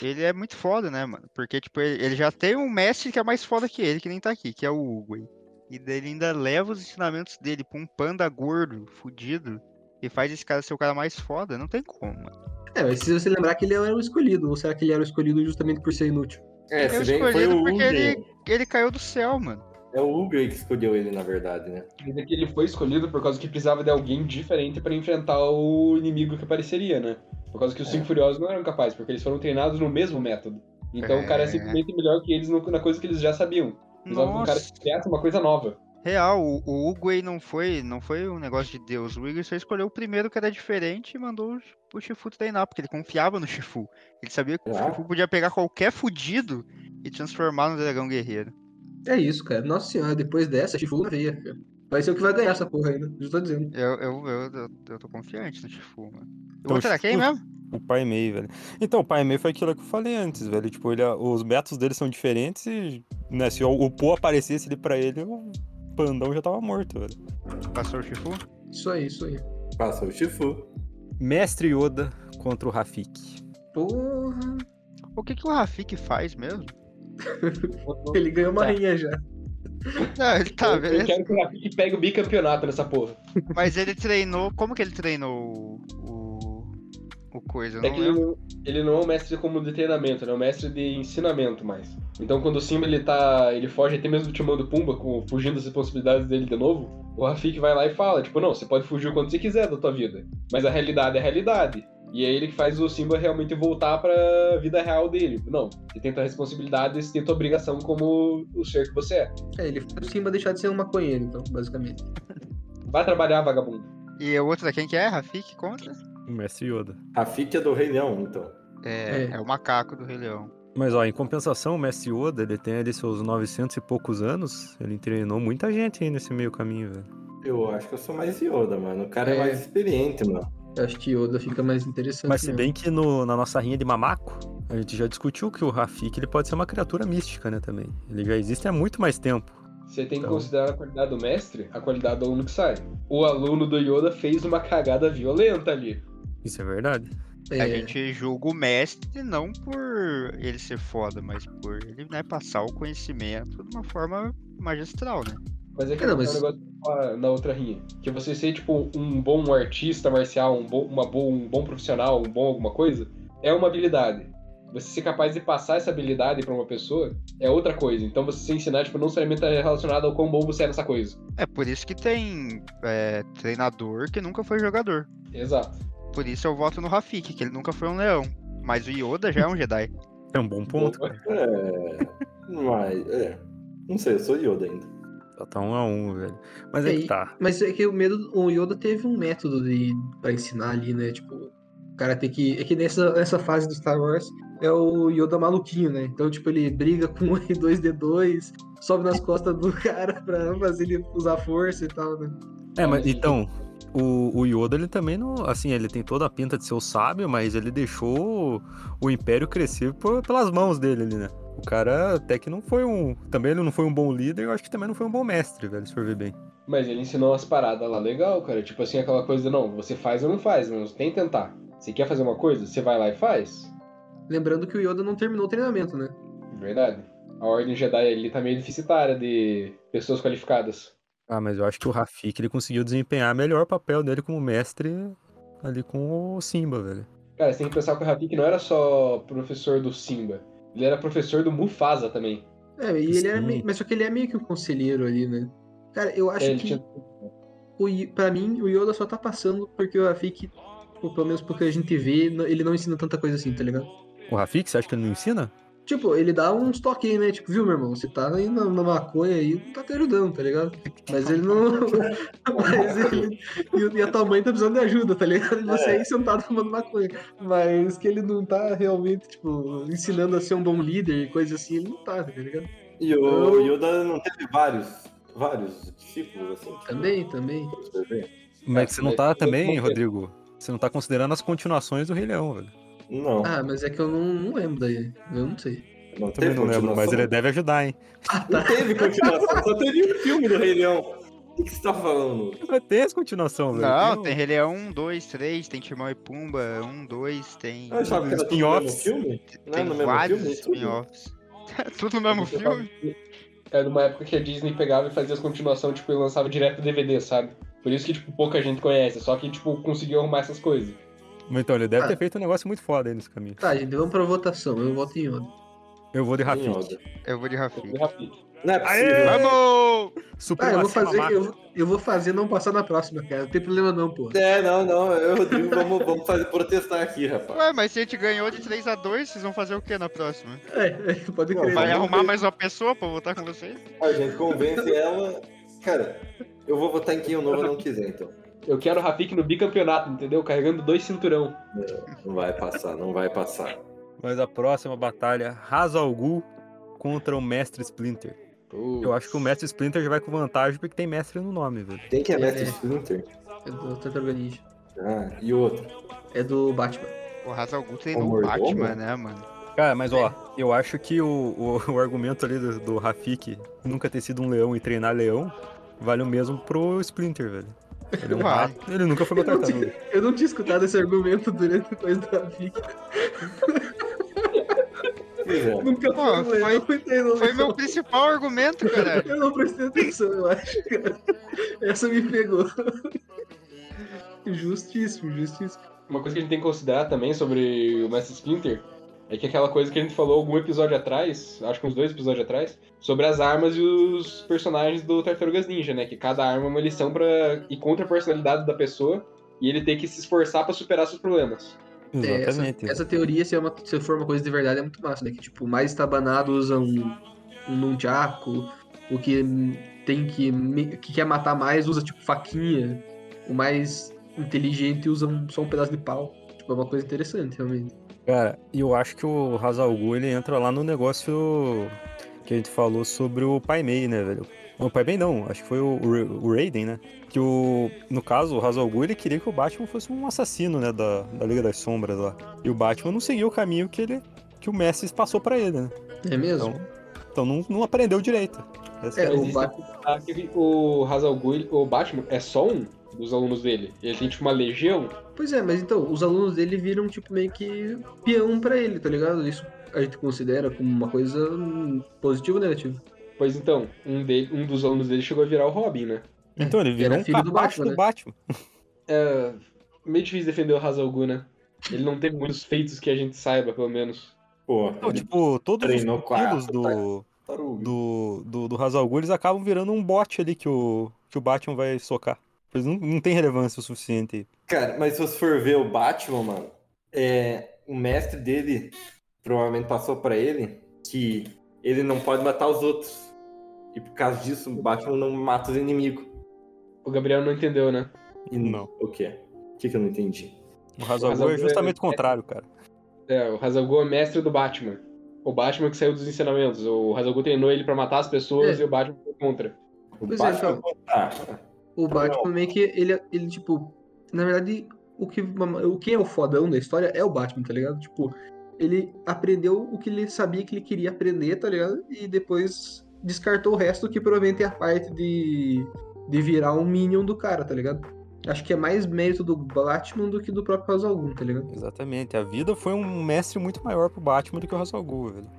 ele é muito foda, né, mano? Porque, tipo, ele, ele já tem um mestre que é mais foda que ele, que nem tá aqui, que é o Hugo. aí. E daí ele ainda leva os ensinamentos dele pra um panda gordo, fudido, e faz esse cara ser o cara mais foda. Não tem como, mano. É, mas se você lembrar que ele era o escolhido, ou será que ele era o escolhido justamente por ser inútil? É, Eu se bem que foi escolhi o porque Ugly. ele- Ele caiu do céu, mano. É o Ugly que escolheu ele, na verdade, né? Mas é que ele foi escolhido por causa que precisava de alguém diferente pra enfrentar o inimigo que apareceria, né? Por causa que os É. Cinco Furiosos não eram capazes, porque eles foram treinados no mesmo método. Então o cara é É. simplesmente melhor que eles no- na coisa que eles já sabiam. Precisava de um cara Nossa, que criasse uma coisa nova. Real, o, o Uguay não foi, não foi um negócio de Deus. O Uguay só escolheu o primeiro que era diferente e mandou o- o Shifu treinar, porque ele confiava no Shifu. Ele sabia que o Claro. Shifu podia pegar qualquer fudido e transformar no dragão guerreiro. É isso, cara. Nossa senhora, depois dessa, Shifu na veia, cara. Vai ser o que vai ganhar essa porra ainda. Já tô dizendo. Eu, eu, eu, eu, eu tô confiante no Shifu, mano. O Então, outro era quem Shifu- mesmo? O Pai Mei, velho. Então, o Pai Mei foi aquilo que eu falei antes, velho. Tipo, ele, os métodos dele são diferentes e, né, se o, o Po aparecesse ali pra ele, o Pandão já tava morto, velho. Passou o Shifu? Isso aí, isso aí. Passou o Shifu. Mestre Yoda contra o Rafik. Porra. O que, que o Rafik faz mesmo? <laughs> Ele ganhou uma Tá. rinha já. Não, ele tá, eu, eu beleza. quero que o Rafik pegue o bicampeonato nessa porra. Mas ele treinou. Como que ele treinou o. o- O coisa? Eu É não que lembro. ele não- ele não é um mestre como de treinamento, ele é um mestre de ensinamento mais. Então quando o Simba ele tá. ele foge até mesmo do Timão do Pumba, com, fugindo das responsabilidades dele de novo, o Rafik vai lá e fala, tipo, não, você pode fugir o quanto você quiser da tua vida. Mas a realidade é a realidade. E é ele que faz o Simba realmente voltar pra vida real dele. Não, você tem tua responsabilidade, você tem tua obrigação como o ser que você é. É, ele fez o Simba deixar de ser um maconheiro, então, basicamente. Vai trabalhar, vagabundo. E o outro é quem que é? Rafik contra? Mestre Yoda. Rafik é do Rei Leão, então. É, É. é, o macaco do Rei Leão. Mas, ó, em compensação, o Mestre Yoda, ele tem ali seus 900 e poucos anos. Ele treinou muita gente aí nesse meio caminho, velho. Eu acho que eu sou mais Yoda, mano. O cara é, É. mais experiente, mano. Eu acho que Yoda fica mais interessante. Mas se mesmo. bem que no- na nossa rinha de mamaco, a gente já discutiu que o Rafik, ele pode ser uma criatura mística, né, também. Ele já existe há muito mais tempo. Você tem que Então. considerar a qualidade do mestre, a qualidade do aluno que sai. O aluno do Yoda fez uma cagada violenta ali. Isso é verdade. A É, gente julga o mestre não por ele ser foda, mas por ele né, passar o conhecimento de uma forma magistral, né? Mas é que É, não, é mas- um negócio que eu falo na outra rinha. Que você ser, tipo, um bom artista marcial, um bom, uma boa, um bom profissional, um bom alguma coisa, é uma habilidade. Você ser capaz de passar essa habilidade pra uma pessoa é outra coisa. Então você se ensinar, tipo, não necessariamente tá relacionado ao quão bom você é nessa coisa. É por isso que tem é, treinador que nunca foi jogador. Exato. Por isso eu voto no Rafik, que ele nunca foi um leão. Mas o Yoda já é um Jedi. É um bom ponto. Boa. cara. É. Mas, é. Não sei, eu sou Yoda ainda. Só tá um a um, velho. Mas é E que aí? tá. Mas é que o medo, o Yoda teve um método de, pra ensinar ali, né? Tipo, o cara tem que. É que nessa, nessa fase do Star Wars é o Yoda maluquinho, né? Então, tipo, ele briga com um o <laughs> R2D2, sobe nas costas do <laughs> cara pra fazer ele usar força e tal, né? É, mas Olha, então, o, o Yoda, ele também não. Assim, ele tem toda a pinta de ser o sábio, mas ele deixou o, o Império crescer por- pelas mãos dele ali, né? O cara até que não foi um. Também ele não foi um bom líder, eu acho que também não foi um bom mestre, velho, se for ver bem. Mas ele ensinou umas paradas lá legal, cara. Tipo assim, aquela coisa, não, você faz ou não faz, mas tem que tentar. Você quer fazer uma coisa? Você vai lá e faz. Lembrando que o Yoda não terminou o treinamento, né? Verdade. A Ordem Jedi ali tá meio deficitária de pessoas qualificadas. Ah, mas eu acho que o Rafik, ele conseguiu desempenhar melhor o papel dele como mestre ali com o Simba, velho. Cara, você tem que pensar que o Rafik não era só professor do Simba. Ele era professor do Mufasa também. É, e ele era Sim. meio, mas só que ele é meio que um conselheiro ali, né? Cara, eu acho É, ele que tinha- o, Yo- pra mim o Yoda só tá passando porque o Rafik, ou pelo menos porque a gente vê, n- ele não ensina tanta coisa assim, tá ligado? O Rafik, você acha que ele não ensina? Tipo, ele dá uns toques aí, né? Tipo, viu, meu irmão? Você tá aí na, na maconha aí, não tá te ajudando, tá ligado? Mas ele não. <laughs> Mas ele. E, o- e a tua mãe tá precisando de ajuda, tá ligado? E você aí sentado tomando maconha. Mas que ele não tá realmente, tipo, ensinando a ser um bom líder e coisa assim, ele não tá, tá ligado? E o Yoda não teve vários, vários discípulos, assim. tipo, Também, também. você vê? Mas você não tá mas- também, mas- Rodrigo? Você não tá considerando as continuações do Rei Leão, velho. Não, Ah, mas é que eu não, não lembro daí. Eu não sei. não Também teve não lembro, mas ele é continuação. deve ajudar, hein? Não teve continuação, só teve um filme do Rei Leão. O que que você tá falando? Mas Tem as continuação, velho. Não, o- tem Rei Leão 1, 2, 3, tem Timão e Pumba 1, 2, tem. Eu achava que era tudo no mesmo Spin-offs. filme. Não é Tem no mesmo vários filme? Tudo. spin-offs. <laughs> Tudo Tá no mesmo filme? Era uma época que a Disney pegava e fazia as continuação, tipo, e lançava direto DVD, sabe? Por isso que, tipo, pouca gente conhece. Só que, tipo, conseguiu arrumar essas coisas. Mas Então, ele deve Ah. ter feito um negócio muito foda aí nesse caminho. Tá, gente, vamos pra votação. Eu voto em Yoda. Eu vou de Em Rafik. ordem. Eu vou de Rafik. O Rafik. Não é possível. Aê! Vamos! Ah, eu vou Supremacia fazer. mamaca. Eu, eu vou fazer não passar na próxima, cara. Não tem problema não, pô. É, não, não. Eu, Rodrigo, vamos, vamos fazer, protestar aqui, rapaz. Ué, mas se a gente ganhou de 3x2, vocês vão fazer o que na próxima? É, é, pode Não, crer. Vai vamos arrumar ver. mais uma pessoa pra votar com vocês? A gente convence ela Cara, eu vou votar em quem o Nova não quiser, então. Eu quero o Rafik no bicampeonato, entendeu? Carregando dois cinturão. Não vai passar, não vai passar. Mas a próxima batalha, Hazal Gul contra o Mestre Splinter. Eu acho que o Mestre Splinter já vai com vantagem porque tem mestre no nome, velho. Quem que é Mestre É. Splinter? É do Tartaruga Ninja. Ah, e outro. É do Batman. O Hazal Gu treinou o Mordomo? Batman, né, mano? Cara, mas ó, eu acho que o, o, <laughs> o argumento ali do, do Rafik nunca ter sido um leão e treinar leão vale o mesmo pro Splinter, velho. Ele, é um Vale. rato, ele nunca foi uma Eu não, tartaruga. tinha, eu não tinha escutado esse argumento durante a coisa da vida. Pois é. Nunca Pô, foi, foi- eu não prestei atenção. Foi meu principal argumento, cara. Eu não prestei atenção, eu acho, cara. Essa me pegou. Justíssimo, justíssimo. Uma coisa que a gente tem que considerar também sobre o Mestre Splinter é que aquela coisa que a gente falou algum episódio atrás, acho que uns dois episódios atrás, sobre as armas e os personagens do Tartarugas Ninja, né? Que cada arma é uma lição pra ir contra a personalidade da pessoa e ele tem que se esforçar pra superar seus problemas. É, essa, Exatamente. essa teoria, se, é uma- se for uma coisa de verdade, é muito massa, né? Que, tipo, o mais estabanado usa um, um nunchaku, o que tem que, me- que quer matar mais usa, tipo, faquinha. O mais inteligente usa um- só um pedaço de pau. Tipo, é uma coisa interessante, realmente. Cara, e eu acho que o Hazalgu ele entra lá no negócio que a gente falou sobre o Pai Mei, né, velho? Não, o Pai Mei não, acho que foi o, Ra- o Raiden, né? Que o, no caso, o Hazalgu ele queria que o Batman fosse um assassino, né, da, da Liga das Sombras lá. E o Batman não seguiu o caminho que ele que o Messi passou pra ele, né? É mesmo? Então, então não, não aprendeu direito. Essa É, que o existe. Ba- Ah, que O Hazal Gul, o Batman, é só um dos alunos dele. Ele tem tipo uma legião. Pois é, mas então, os alunos dele viram, tipo, meio que peão pra ele, tá ligado? Isso a gente considera como uma coisa hum, positiva ou negativa. Pois então, um, dele, um dos alunos dele chegou a virar o Robin, né? Então ele virou era um filho do capacho Batman, do né? Batman. É meio difícil defender o Hazal Gul, né? Ele não teve muitos feitos que a gente saiba, pelo menos. Pô, Então, tipo, todos os Treinou com a- pupilos do, tipo, tartaruga. do, do, do Hazalgu, eles acabam virando um bot ali que o, que o Batman vai socar. Eles não, não tem relevância o suficiente aí. Cara, mas se você for ver o Batman, mano, é, o mestre dele provavelmente passou pra ele que ele não pode matar os outros. E por causa disso, o Batman não mata os inimigos. O Gabriel não entendeu, né? E Não. O quê? O que, que eu não entendi? O Hazalgu Hazalgu é justamente é- o contrário, cara. É, o Hazalgu é mestre do Batman. O Batman que saiu dos ensinamentos. O Hazalgu treinou ele pra matar as pessoas É. e o Batman foi contra. O Pois é, Batman. Ah, O Batman meio que ele, ele tipo, na verdade, o que, o que é o fodão da história é o Batman, tá ligado? Tipo, ele aprendeu o que ele sabia que ele queria aprender, tá ligado? E depois descartou o resto, que provavelmente é a parte de, de virar um minion do cara, tá ligado? Acho que é mais mérito do Batman do que do próprio Caso Algum, tá ligado? Exatamente. A vida foi um mestre muito maior pro Batman do que o Hazalgu, velho.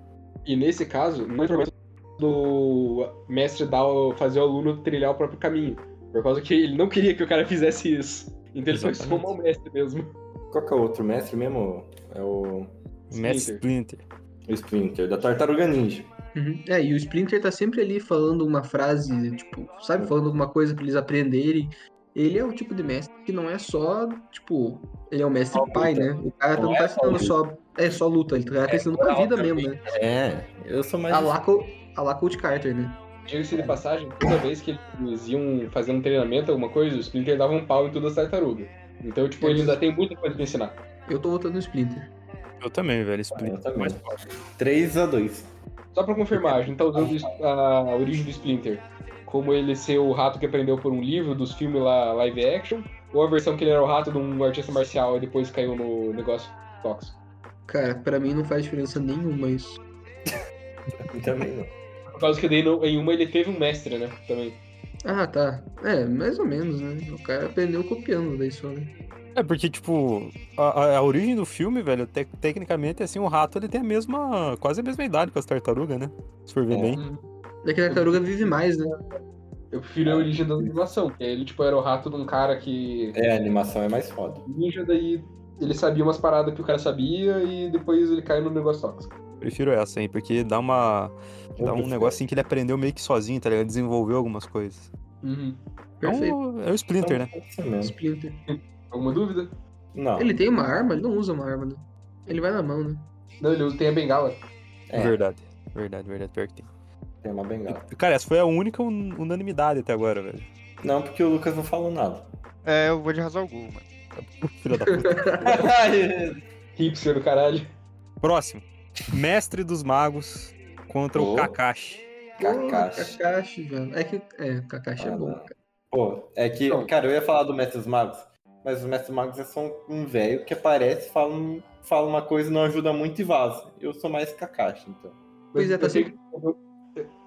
E nesse caso, não é problema do mestre dar o- fazer o aluno trilhar o próprio caminho. Por causa que ele não queria que o cara fizesse isso. Então ele foi só um Exatamente. mau mestre mesmo. qual que é o outro mestre mesmo? É o, Um Mestre Splinter. o Splinter, da Tartaruga Ninja. Uhum. É, e o Splinter tá sempre ali falando uma frase, tipo, sabe, falando alguma coisa pra eles aprenderem. Ele é o tipo de mestre que não é só, tipo, ele é o mestre Só pai, luta. né? O cara Não não é tá só ensinando só. É só luta, ele tá ensinando pra moral vida também. mesmo, né? É, eu sou mais. A Ah, lá, co- a lá Coach Carter, né? Diga-se de passagem, toda vez que eles iam fazer um treinamento, alguma coisa, o Splinter dava um pau em todas as tartarugas. Então, tipo, ele ainda tem muita coisa pra ensinar. Eu tô votando no Splinter. Eu também, velho. Splinter. Eu também. 3x2. Só pra confirmar, a gente tá usando isso- a origem do Splinter. Como ele ser o rato que aprendeu por um livro dos filmes lá live action, ou a versão que ele era o rato de um artista marcial e depois caiu no negócio tóxico. Cara, pra mim não faz diferença nenhuma isso. Também não. Por causa que daí no- em uma ele teve um mestre, né? Também. Ah, tá. É, mais ou menos, né? O cara aprendeu copiando daí só, né? É porque, tipo, a, a- a origem do filme, velho, te- tecnicamente, assim, o rato ele tem a mesma. quase a mesma idade que as tartarugas, né? Se for ver É. bem. É que a tartaruga vive mais, né? Eu É. prefiro a origem da animação, que ele tipo era o rato de um cara que É, a animação é mais foda. ninja, daí ele sabia umas paradas que o cara sabia e depois ele caiu no negócio tóxico. Prefiro essa, hein? Porque dá uma. dá um prefiro. negócio assim que ele aprendeu meio que sozinho, tá ligado? Desenvolveu algumas coisas. Uhum. Perfeito. Então, é o Splinter, né? É isso mesmo. Splinter. Alguma dúvida? Não. Ele tem uma arma, ele não usa uma arma, né? Ele vai na mão, né? Não, ele tem a bengala. É. né? Tá. Verdade. Verdade, verdade, pior que tem. Tem uma bengala. Cara, essa foi a única un- unanimidade até agora, velho. Não, porque o Lucas não falou nada. <laughs> <laughs> É, eu vou de Razal Gul, mano. Filha da puta. Hipster do caralho. Próximo. Mestre dos Magos contra Oh. o Kakashi. Kakashi. Pô, Kakashi, velho. É que. É, Kakashi é Ah, bom. não. cara. Pô, é que, Não. cara, eu ia falar do Mestre dos Magos, mas o Mestre dos Magos é só um- um velho que aparece, fala, um- fala uma coisa, não ajuda muito e vaza. Eu sou mais Kakashi, então. Pois é, tá eu, tenho que desenvolver-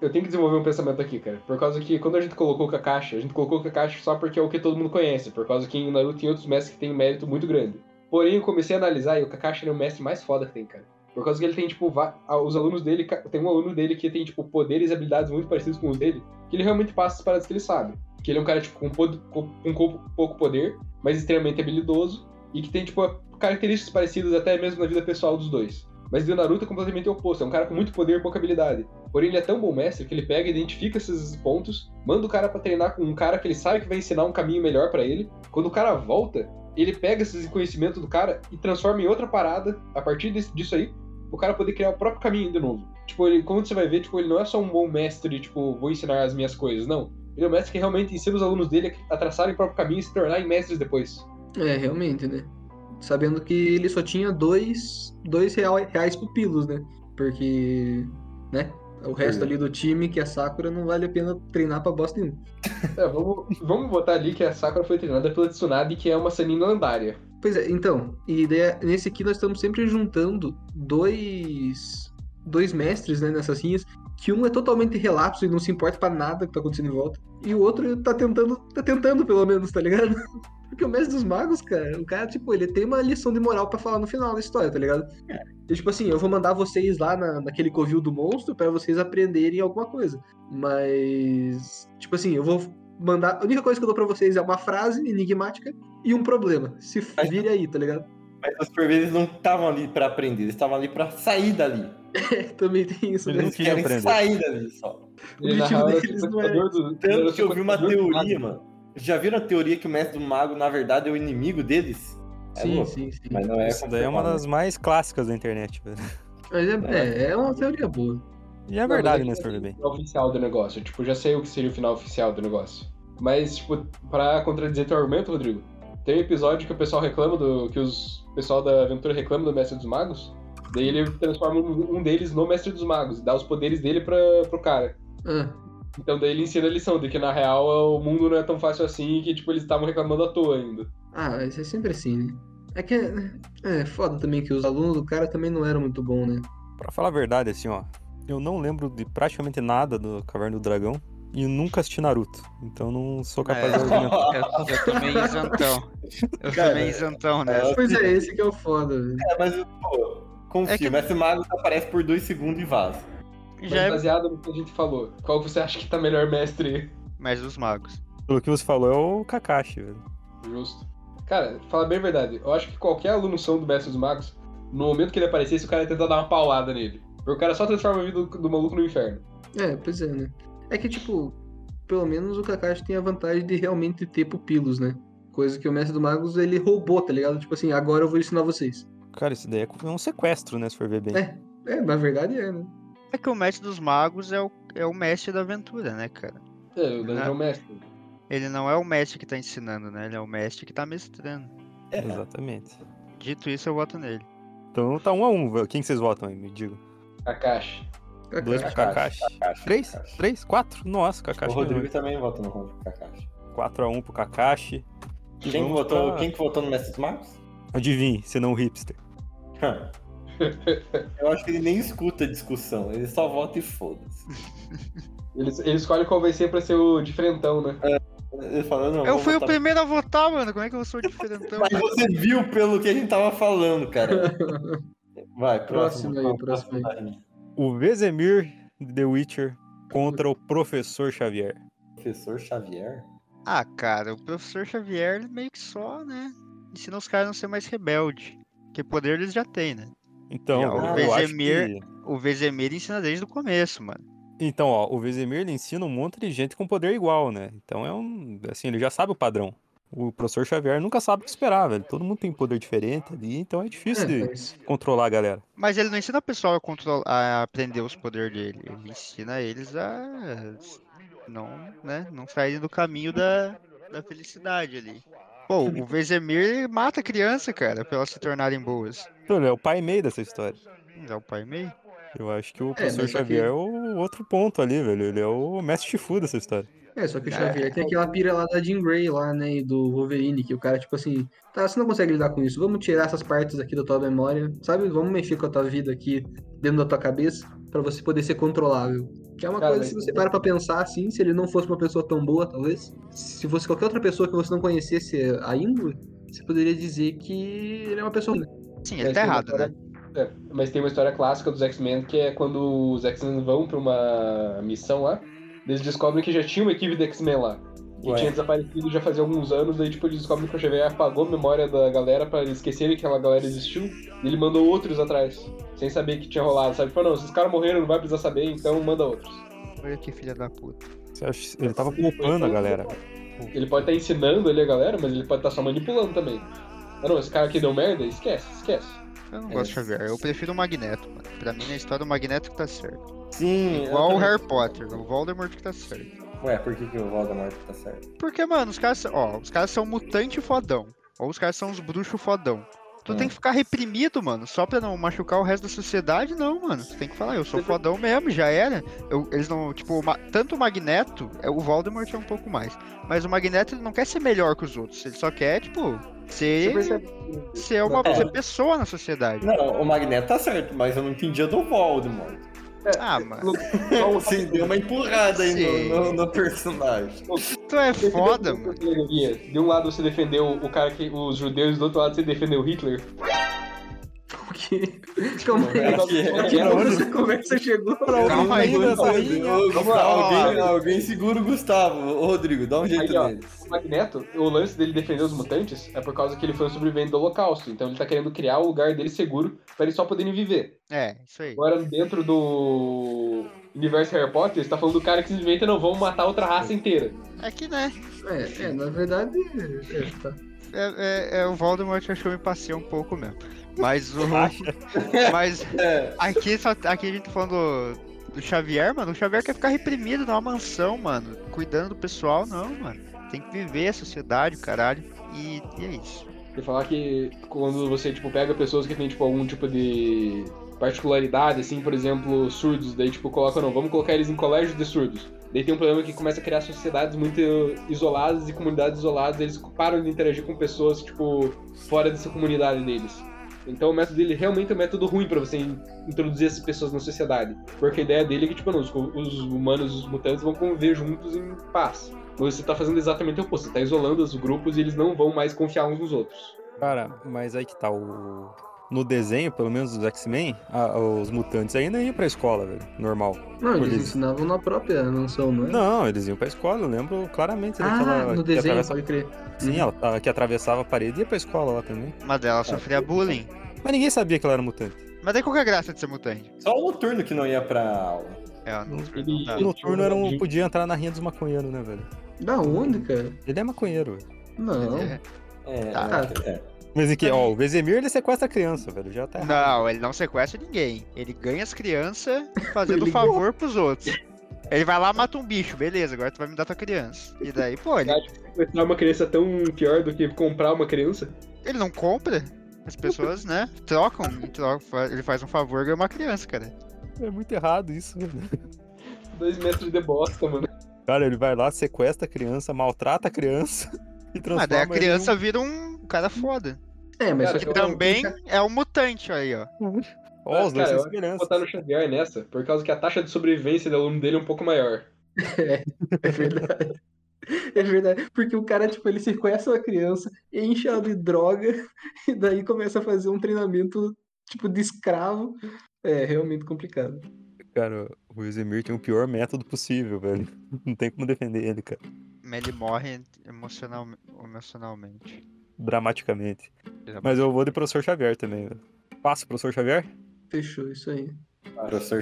eu tenho que desenvolver um pensamento aqui, cara. Por causa que quando a gente colocou o Kakashi, a gente colocou o Kakashi só porque é o que todo mundo conhece. Por causa que em Naruto tem outros mestres que têm um mérito muito grande. Porém, eu comecei a analisar e o Kakashi ele é o mestre mais foda que tem, cara. Por causa que ele tem, tipo, va- ah, os alunos dele. ca- Tem um aluno dele que tem, tipo, poderes e habilidades muito parecidos com os dele. Que ele realmente passa as paradas que ele sabe. Que ele é um cara, tipo, com, pod- com- com pouco- pouco poder, mas extremamente habilidoso. E que tem, tipo, características parecidas até mesmo na vida pessoal dos dois. Mas o Naruto é completamente o oposto, é um cara com muito poder e pouca habilidade. Porém, ele é tão bom mestre que ele pega, identifica esses pontos, manda o cara pra treinar com um cara que ele sabe que vai ensinar um caminho melhor pra ele. Quando o cara volta, ele pega esses conhecimentos do cara e transforma em outra parada, a partir desse- disso aí, o cara poder criar o próprio caminho de novo. Tipo, ele, como você vai ver, tipo, ele não é só um bom mestre, tipo, vou ensinar as minhas coisas, não. Ele é um mestre que realmente ensina os alunos dele a traçarem o próprio caminho e se tornarem mestres depois. É, realmente, né? Sabendo que ele só tinha dois, dois real- reais pupilos, né? Porque, né? O resto Sim. ali do time, que é Sakura, não vale a pena treinar pra bosta nenhuma. É, vamos, vamos botar ali que a Sakura foi treinada pela Tsunade, que é uma sanina lendária. Pois é, então, e daí, nesse aqui nós estamos sempre juntando dois dois mestres, né, nessas linhas, que um é totalmente relapso e não se importa pra nada que tá acontecendo em volta, e o outro tá tentando, tá tentando pelo menos, tá ligado? <laughs> Porque o mestre dos magos, cara, o cara, tipo, ele tem uma lição de moral pra falar no final da história, tá ligado? E, tipo assim, eu vou mandar vocês lá na, naquele covil do monstro pra vocês aprenderem alguma coisa. Mas, tipo assim, eu vou mandar. A única coisa que eu dou pra vocês é uma frase enigmática e um problema. Se f- Mas- vire aí, tá ligado? Mas os eles não estavam ali pra aprender, eles estavam ali pra sair dali. É, também tem isso, Eles né? não Eles queriam querem aprender. sair dali só. O objetivo deles não era- é Tanto que eu vi uma teoria, mano. Já viram a teoria que o mestre do mago, na verdade, é o inimigo deles? É Sim, louco, sim, sim. Mas não é Isso daí é uma confirmado, das mais clássicas da internet, velho. Mas é, é, é uma teoria boa. E é verdade, né, se for ver bem. O oficial do negócio, tipo, já sei o que seria o final oficial do negócio. Mas, tipo, pra contradizer teu argumento, Rodrigo, tem um episódio que o pessoal reclama do. que os o pessoal da aventura reclama do Mestre dos Magos. Daí ele transforma um um deles no Mestre dos Magos e dá os poderes dele pra, pro cara. Ah, Então daí ele ensina a lição de que na real o mundo não é tão fácil assim e que tipo, eles estavam reclamando à toa ainda. ah, isso é sempre assim, né? É que é, é foda também que os alunos do cara também não eram muito bons, né? Pra falar a verdade, assim, ó, eu não lembro de praticamente nada do Caverna do Dragão e nunca assisti Naruto. Então não sou capaz É. de né? argumentar. Eu, eu também isentão. Eu Cara, também isentão né? Pois é, esse que é o foda, velho. É, mas, pô, confio. É que- O mestre mago aparece por dois segundos e vaza. Mas Já é baseado no que a gente falou. Qual você acha que tá melhor mestre? Mestre dos Magos. <laughs> Pelo que você falou, é o Kakashi, velho. Justo. Cara, fala bem a verdade. Eu acho que qualquer aluno são do Mestre dos Magos, no momento que ele aparecesse, o cara ia tentar dar uma paulada nele. Porque o cara só transforma a vida do, do maluco no inferno. É, pois é, né? É que, tipo, pelo menos o Kakashi tem a vantagem de realmente ter pupilos, né? Coisa que o Mestre do Magos, ele roubou, tá ligado? Tipo assim, agora eu vou ensinar vocês. Cara, isso daí é um sequestro, né, se for ver bem. É. É, na verdade é, né? É que o Mestre dos Magos é o, é o mestre da aventura, né, cara? É, o Dante Ah. é o mestre. Ele não é o mestre que tá ensinando, né? Ele é o mestre que tá mestrando. Exatamente. Dito isso, eu voto nele. Então tá um a um, velho. Quem que vocês votam aí? Me diga. Kakashi. Kakashi. Dois pro Kakashi. Três? Três? Quatro? Nossa, Kakashi. o Rodrigo também vota no Rodrigo Kakashi. 4x1 pro Kakashi. E Quem, vamos votou, pra- quem que votou no mestre dos <laughs> magos? Adivinhe, senão o um hipster. Eu acho que ele nem escuta a discussão, ele só vota e foda-se. Ele, ele escolhe qual vai ser pra ser o diferentão, né? Ele fala, não, eu vou fui o votar- primeiro a votar, mano. Como é que eu sou <laughs> diferentão? Mas você viu pelo que a gente tava falando, <laughs> cara. Vai, próximo. Próximo aí, próximo aí. aí. O Vezemir de The Witcher contra o Professor Xavier. Professor Xavier? Ah, cara, o professor Xavier ele meio que só, né? Ensina os caras a não ser mais rebelde. Porque poder eles já têm, né? Então, É, velho, o eu acho que... Vezemir- O Vezemir ensina desde o começo, mano. Então, ó, o Vezemir ele ensina um monte de gente com poder igual, né? Então é um. Assim, ele já sabe o padrão. O professor Xavier nunca sabe o que esperar, velho. Todo mundo tem poder diferente ali, então é difícil É, de mas- controlar a galera. Mas ele não ensina o pessoal a, control... a aprender os poderes dele. Ele ensina eles a não, né, não saírem do caminho da, da felicidade ali. Pô, o Vezemir ele mata a criança, cara, pra elas se tornarem boas. Então, ele é o pai e meio dessa história. Não dá o pai meio? Eu acho que o professor mas só que- Xavier é o outro ponto ali, velho. Ele é o mestre Shifu dessa história. É, só que o Xavier tem aquela pira lá da Jean Grey lá, né, e do Wolverine, que o cara, tipo assim, tá, você não consegue lidar com isso, vamos tirar essas partes aqui da tua memória, sabe? Vamos mexer com a tua vida aqui dentro da tua cabeça pra você poder ser controlável. Que é uma Cara, coisa, se você para pra pensar assim, se ele não fosse uma pessoa tão boa, talvez, se fosse qualquer outra pessoa que você não conhecesse a índole, você poderia dizer que ele é uma pessoa ruim. <laughs> Sim, ele tá errado, né? É, mas tem uma história clássica dos X-Men que é quando os X-Men vão pra uma missão lá, eles descobrem que já tinha uma equipe de X-Men lá. Que Ué. tinha desaparecido já fazia alguns anos, daí tipo, eles descobrem que o Xavier apagou a memória da galera pra eles esquecerem que aquela galera existiu, e ele mandou outros atrás, sem saber que tinha rolado, sabe? Falou, não, esses caras morreram, não vai precisar saber, então manda outros. Olha que filha da puta. Você acha- Ele tava poupando a galera. velho. Ele pode estar ensinando ali a galera, mas ele pode estar só manipulando também. Ah não, esse cara aqui deu merda, esquece, esquece. Eu não É. gosto de Xavier, eu prefiro o Magneto, mano. Pra mim, na história, o Magneto que tá certo. Sim. Igual eu também- o Harry Potter, o Voldemort que tá certo. Ué, por que, que o Voldemort tá certo? Porque, mano, os caras são. Ó, os caras são mutante fodão. Ou os caras são os bruxos fodão. Tu Hum. É. tem que ficar reprimido, mano, só pra não machucar o resto da sociedade, não, mano. Tu tem que falar, eu sou Você- fodão mesmo, já era. Eu- eles não, tipo, o Ma- tanto o Magneto, é, o Voldemort é um pouco mais. Mas o Magneto ele não quer ser melhor que os outros, ele só quer, tipo, Você ser, percebe? ser uma É. ser pessoa na sociedade. Não, o Magneto tá certo, mas eu não entendi a do Voldemort. É. Ah, mano, Só um- Você Então, deu uma empurrada aí Sim. no, no, no personagem. tu é Você foda, defendeu mano. a alegoria. De um lado você defendeu o cara que. os judeus, do outro lado você defendeu Hitler. é Porque... Calma aí, Era que- que é era ponto onde- essa <laughs> conversa chegou? Calma aí, Ainda Gustavo. essa rainha. Ô, Gustavo, alguém, lá. alguém segura o Gustavo. Ô, Rodrigo, dá um jeito Aí, ó. nele. O Magneto, o lance dele defender os mutantes é por causa que ele foi um sobrevivente do Holocausto. Então ele tá querendo criar o lugar dele seguro pra eles só poderem viver. É, isso aí. Agora, dentro do universo Harry Potter, você tá falando do cara que simplesmente não vão matar outra raça inteira. É que, né? É, é, na verdade, é, tá. É, é- é, o Voldemort acho que eu me passei um pouco mesmo. Mas o. <laughs> mas É, aqui, só, aqui a gente tá falando do, do Xavier, mano. O Xavier quer ficar reprimido numa mansão, mano. Cuidando do pessoal, não, mano. Tem que viver a sociedade, caralho. E, e é isso. Você falar que quando você, tipo, pega pessoas que tem, tipo, algum tipo de particularidade, assim, por exemplo, surdos, daí, tipo, coloca, não, vamos colocar eles em colégios de surdos. Daí tem um problema que começa a criar sociedades muito isoladas e comunidades isoladas, eles param de interagir com pessoas, tipo, fora dessa comunidade deles. Então o método dele realmente é um método ruim pra você in- introduzir essas pessoas na sociedade. Porque a ideia dele é que, tipo, não, os, co- os humanos, os mutantes vão conviver juntos em paz. Mas Você tá fazendo exatamente o oposto, você tá isolando os grupos e eles não vão mais confiar uns nos outros. Cara, mas aí que tá o. No desenho, pelo menos dos X-Men, a- os mutantes ainda iam pra escola, velho. Normal. Não, eles Por isso. ensinavam na própria mansão, não é? Não, eles iam pra escola, eu lembro claramente daquela. Ah, que no desenho, atravessa- pode crer. Sim, ela, a que atravessava a parede e ia pra escola lá também. Mas dela É. sofria bullying. Mas ninguém sabia que ela era mutante. Mas daí qual que é a graça de ser mutante? só o noturno que não ia pra aula. É, não, não Ele- dá. O noturno era um, tinha- podia entrar na rinha dos maconheiros, né, velho? Da onde, cara? Ele é maconheiro, velho. Não. É. É, Tá. é, é. Mas em que, ó, o Vezemir ele sequestra a criança, velho. Já tá <laughs> errado. <laughs> Não, ele não sequestra ninguém. Ele ganha as crianças fazendo Ele- favor pros outros. Ele vai lá, mata um bicho, beleza, agora tu vai me dar tua criança. E daí, pô, ele, sequestrar uma criança é tão pior do que comprar uma criança? ele não compra. As pessoas, né, trocam, e trocam, fa- ele faz um favor e ganha uma criança, cara. É muito errado isso, velho. Dois metros de bosta, mano. Cara, ele vai lá, sequestra a criança, maltrata a criança <laughs> Ah, e transforma. Mas Ah, daí a ele criança vira um cara foda. É, mas Cara, só Que que também é um mutante aí, ó. num- Ó, os dois Cara, são eu- Vou esperança. botar no Xavier nessa, por causa que a taxa de sobrevivência do aluno dele é um pouco maior. <laughs> É verdade. É verdade. Porque o cara, tipo, ele sequestra a criança, enche ela de droga, <laughs> e daí começa a fazer um treinamento, tipo, de escravo. É realmente complicado. Cara, o Vezemir tem o pior método possível, velho. <laughs> Não tem como defender ele, cara. Mas Ele morre emocional, emocionalmente. Dramaticamente. Mas eu vou de professor Xavier também, velho. Passa o professor Xavier? Fechou isso aí. Professor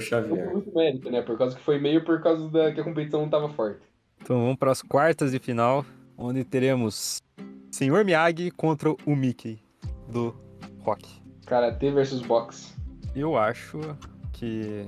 Foi Xavier. É um muito mérito, né? Por causa que foi meio por causa da que a competição não tava forte. Então vamos para as quartas de final, onde teremos Senhor Miyagi contra o Mickey do rock. Karatê versus boxe. Eu acho que.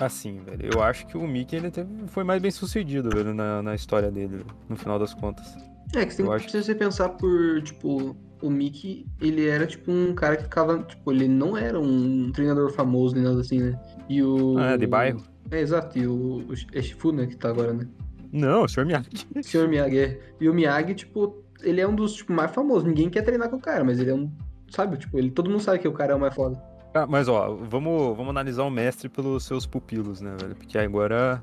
Assim, velho. Eu acho que o Mickey ele teve- foi mais bem sucedido, velho, na, na história dele, no final das contas. É, que você tem Eu que acho- precisa você pensar por, tipo, o Mickey, ele era, tipo, um cara que ficava, tipo, ele não era um treinador famoso nem nada assim, né? E o... Ah, de bairro? É, exato, e o, o é Shifu, né, que tá agora, né? Não, o senhor Miyagi. O senhor Miyagi, é. E o Miyagi, tipo, ele é um dos, tipo, mais famosos, ninguém quer treinar com o cara, mas ele é um, sabe, tipo, ele, todo mundo sabe que o cara é o mais foda. Ah, mas ó, vamos, vamos analisar o mestre pelos seus pupilos, né, velho? Porque agora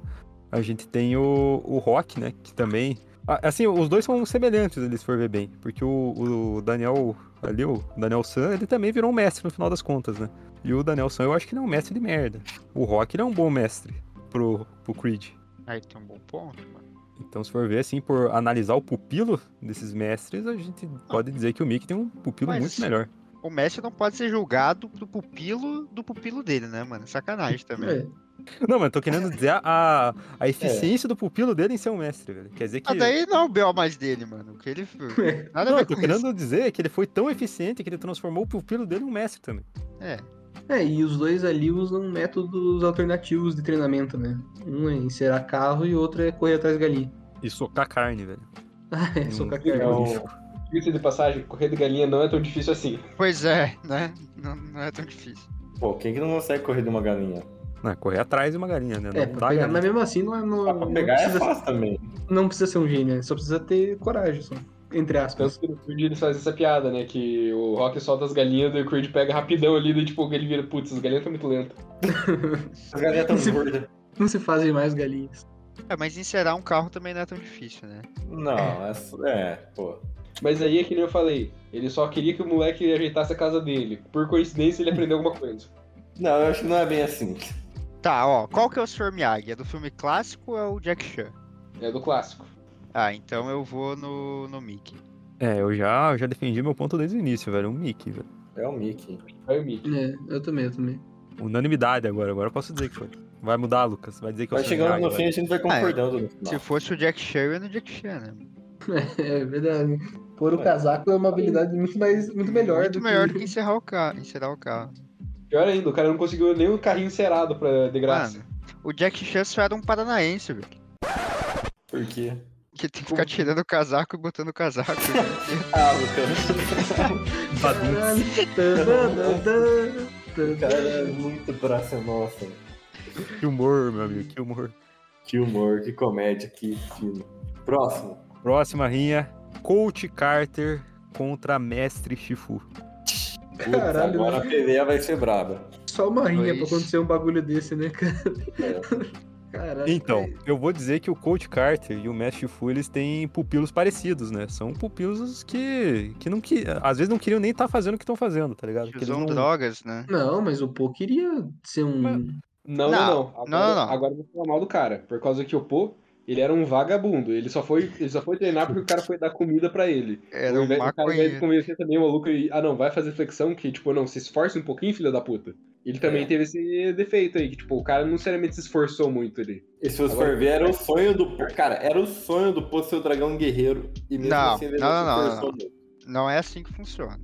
a gente tem o, o Rock, né? Que também. Ah, Assim, os dois são semelhantes, eles for ver bem. Porque o, o Daniel. Ali, o Daniel San, ele também virou um mestre no final das contas, né? E o Daniel San, eu acho que ele é um mestre de merda. O Rock, ele é um bom mestre pro, pro Creed. Aí tem um bom ponto, mano. Então, se for ver, assim, por analisar o pupilo desses mestres, a gente pode dizer que o Mickey tem um pupilo Mas- muito melhor. O Messi não pode ser julgado do pupilo do pupilo dele, né, mano? Sacanagem também. É. Não, mas eu tô querendo dizer a, a, a eficiência do pupilo dele em ser um mestre, velho. Quer dizer que. Mas daí não é o B.O. mais dele, mano. Que <laughs> ele... Nada Não, a eu ver tô com isso. querendo dizer que ele foi tão eficiente que ele transformou o pupilo dele em um mestre também. É. É, e os dois ali usam métodos alternativos de treinamento, né? Um é encerar carro e o outro é correr atrás de galinha. <laughs> E socar carne, velho. Ah, é, socar Hum, carne. legal. Então, Diga-se de passagem, correr de galinha não é tão difícil assim. Pois é, né? Não, não é tão difícil. pô, quem que não consegue correr de uma galinha? Não, é correr atrás de uma galinha, né? É, Não pra dá pegar, galinha. mas mesmo assim não, é- não, Dá pra não pegar é precisa, fácil também. não precisa ser um gênio, né? só precisa ter coragem, só. Entre aspas. Tanto que no Creed eles fazem essa piada, né? Que o Rock solta as galinhas daí o Creed pega rapidão ali, daí tipo, ele vira, putz, as galinhas estão muito lentas. As galinhas Esse- tão gordas. Não se fazem mais galinhas. É, mas encerar um carro também não é tão difícil, né? Não, essa- é, pô. Mas aí é que nem eu falei, ele só queria que o moleque ajeitasse a casa dele. Por coincidência, ele aprendeu alguma coisa. Não, eu acho que não é bem assim. Tá, ó. Qual que é o Sr. Miyagi? É do filme clássico ou é o Jack Chan? É do clássico. Ah, então eu vou no, no Mickey. É, eu já, eu já defendi meu ponto desde o início, velho. O Mickey, velho. É o Mickey. Vai o Mickey. É, eu também, eu também. Unanimidade agora, agora eu posso dizer que foi. Vai mudar, Lucas. Vai dizer que eu Vai sou chegando Miyagi, no fim, a gente vai concordando no Se final. fosse o Jack Chan, eu ia no Jack Chan, né? É verdade. Pôr o casaco é uma habilidade muito, mais, muito melhor Muito do <laughs> melhor do que... que encerrar o carro, encerrar o carro. Pior ainda, o cara não conseguiu nem um carrinho encerado pra de graça. Mano, o Jack Chan só era um paranaense, velho. Por quê? Que tem que ficar tirando o casaco e botando o casaco. né? velho. Ah, Lucas. Badum. Caralho. Tadadadã. O cara é muito praça nossa. Que humor, meu amigo, que humor. Que humor, que comédia, que filme. Próximo. Próxima rinha, Coach Carter contra Mestre Shifu. Putz, Caralho, agora a peleia vai ser braba. Só uma rinha pra Pois. acontecer um bagulho desse, né, cara? É. Caralho. Então, eu vou dizer que o Coach Carter e o Mestre Fu, eles têm pupilos parecidos, né? São pupilos que, que não que às vezes não queriam nem estar fazendo o que estão fazendo, tá ligado? Que Que eles usam não... drogas, né? Não, mas o Poe queria ser um. Mas- Não, não, Não, não. Agora, não, não. agora eu vou falar mal do cara. Por causa que o Pô, ele era um vagabundo. Ele só foi, ele só foi treinar porque o cara foi dar comida pra ele. Era Ao um invés- o cara ao invés de maconheiro. convencer também o maluco e, ah não, vai fazer flexão, que tipo, não, se esforce um pouquinho, filha da puta. Ele também É. teve esse defeito aí, que tipo, o cara não seriamente se esforçou muito ali. E se você Agora- for ver, era o sonho do. Cara, era o sonho do Pô ser o dragão guerreiro. E mesmo Não, assim ele não, não, não, se não. esforçou muito. Não é assim que funciona.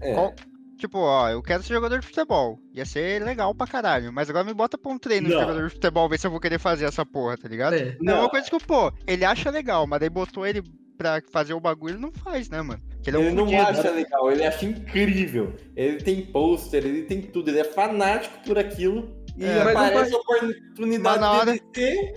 É. Qual- Tipo, ó, eu quero ser jogador de futebol. Ia ser legal pra caralho. Mas agora me bota pra um treino de Não. jogador de futebol, ver se eu vou querer fazer essa porra, tá ligado? É. Não. É uma Não. coisa que o pô, ele acha legal, mas daí botou ele pra fazer o bagulho, ele não faz, né, mano? Porque ele é um Ele não fudido. acha legal, ele acha incrível. Ele tem pôster, ele tem tudo, ele é fanático por aquilo. E É, mas não aparece faz- a oportunidade Mas na hora- de ter.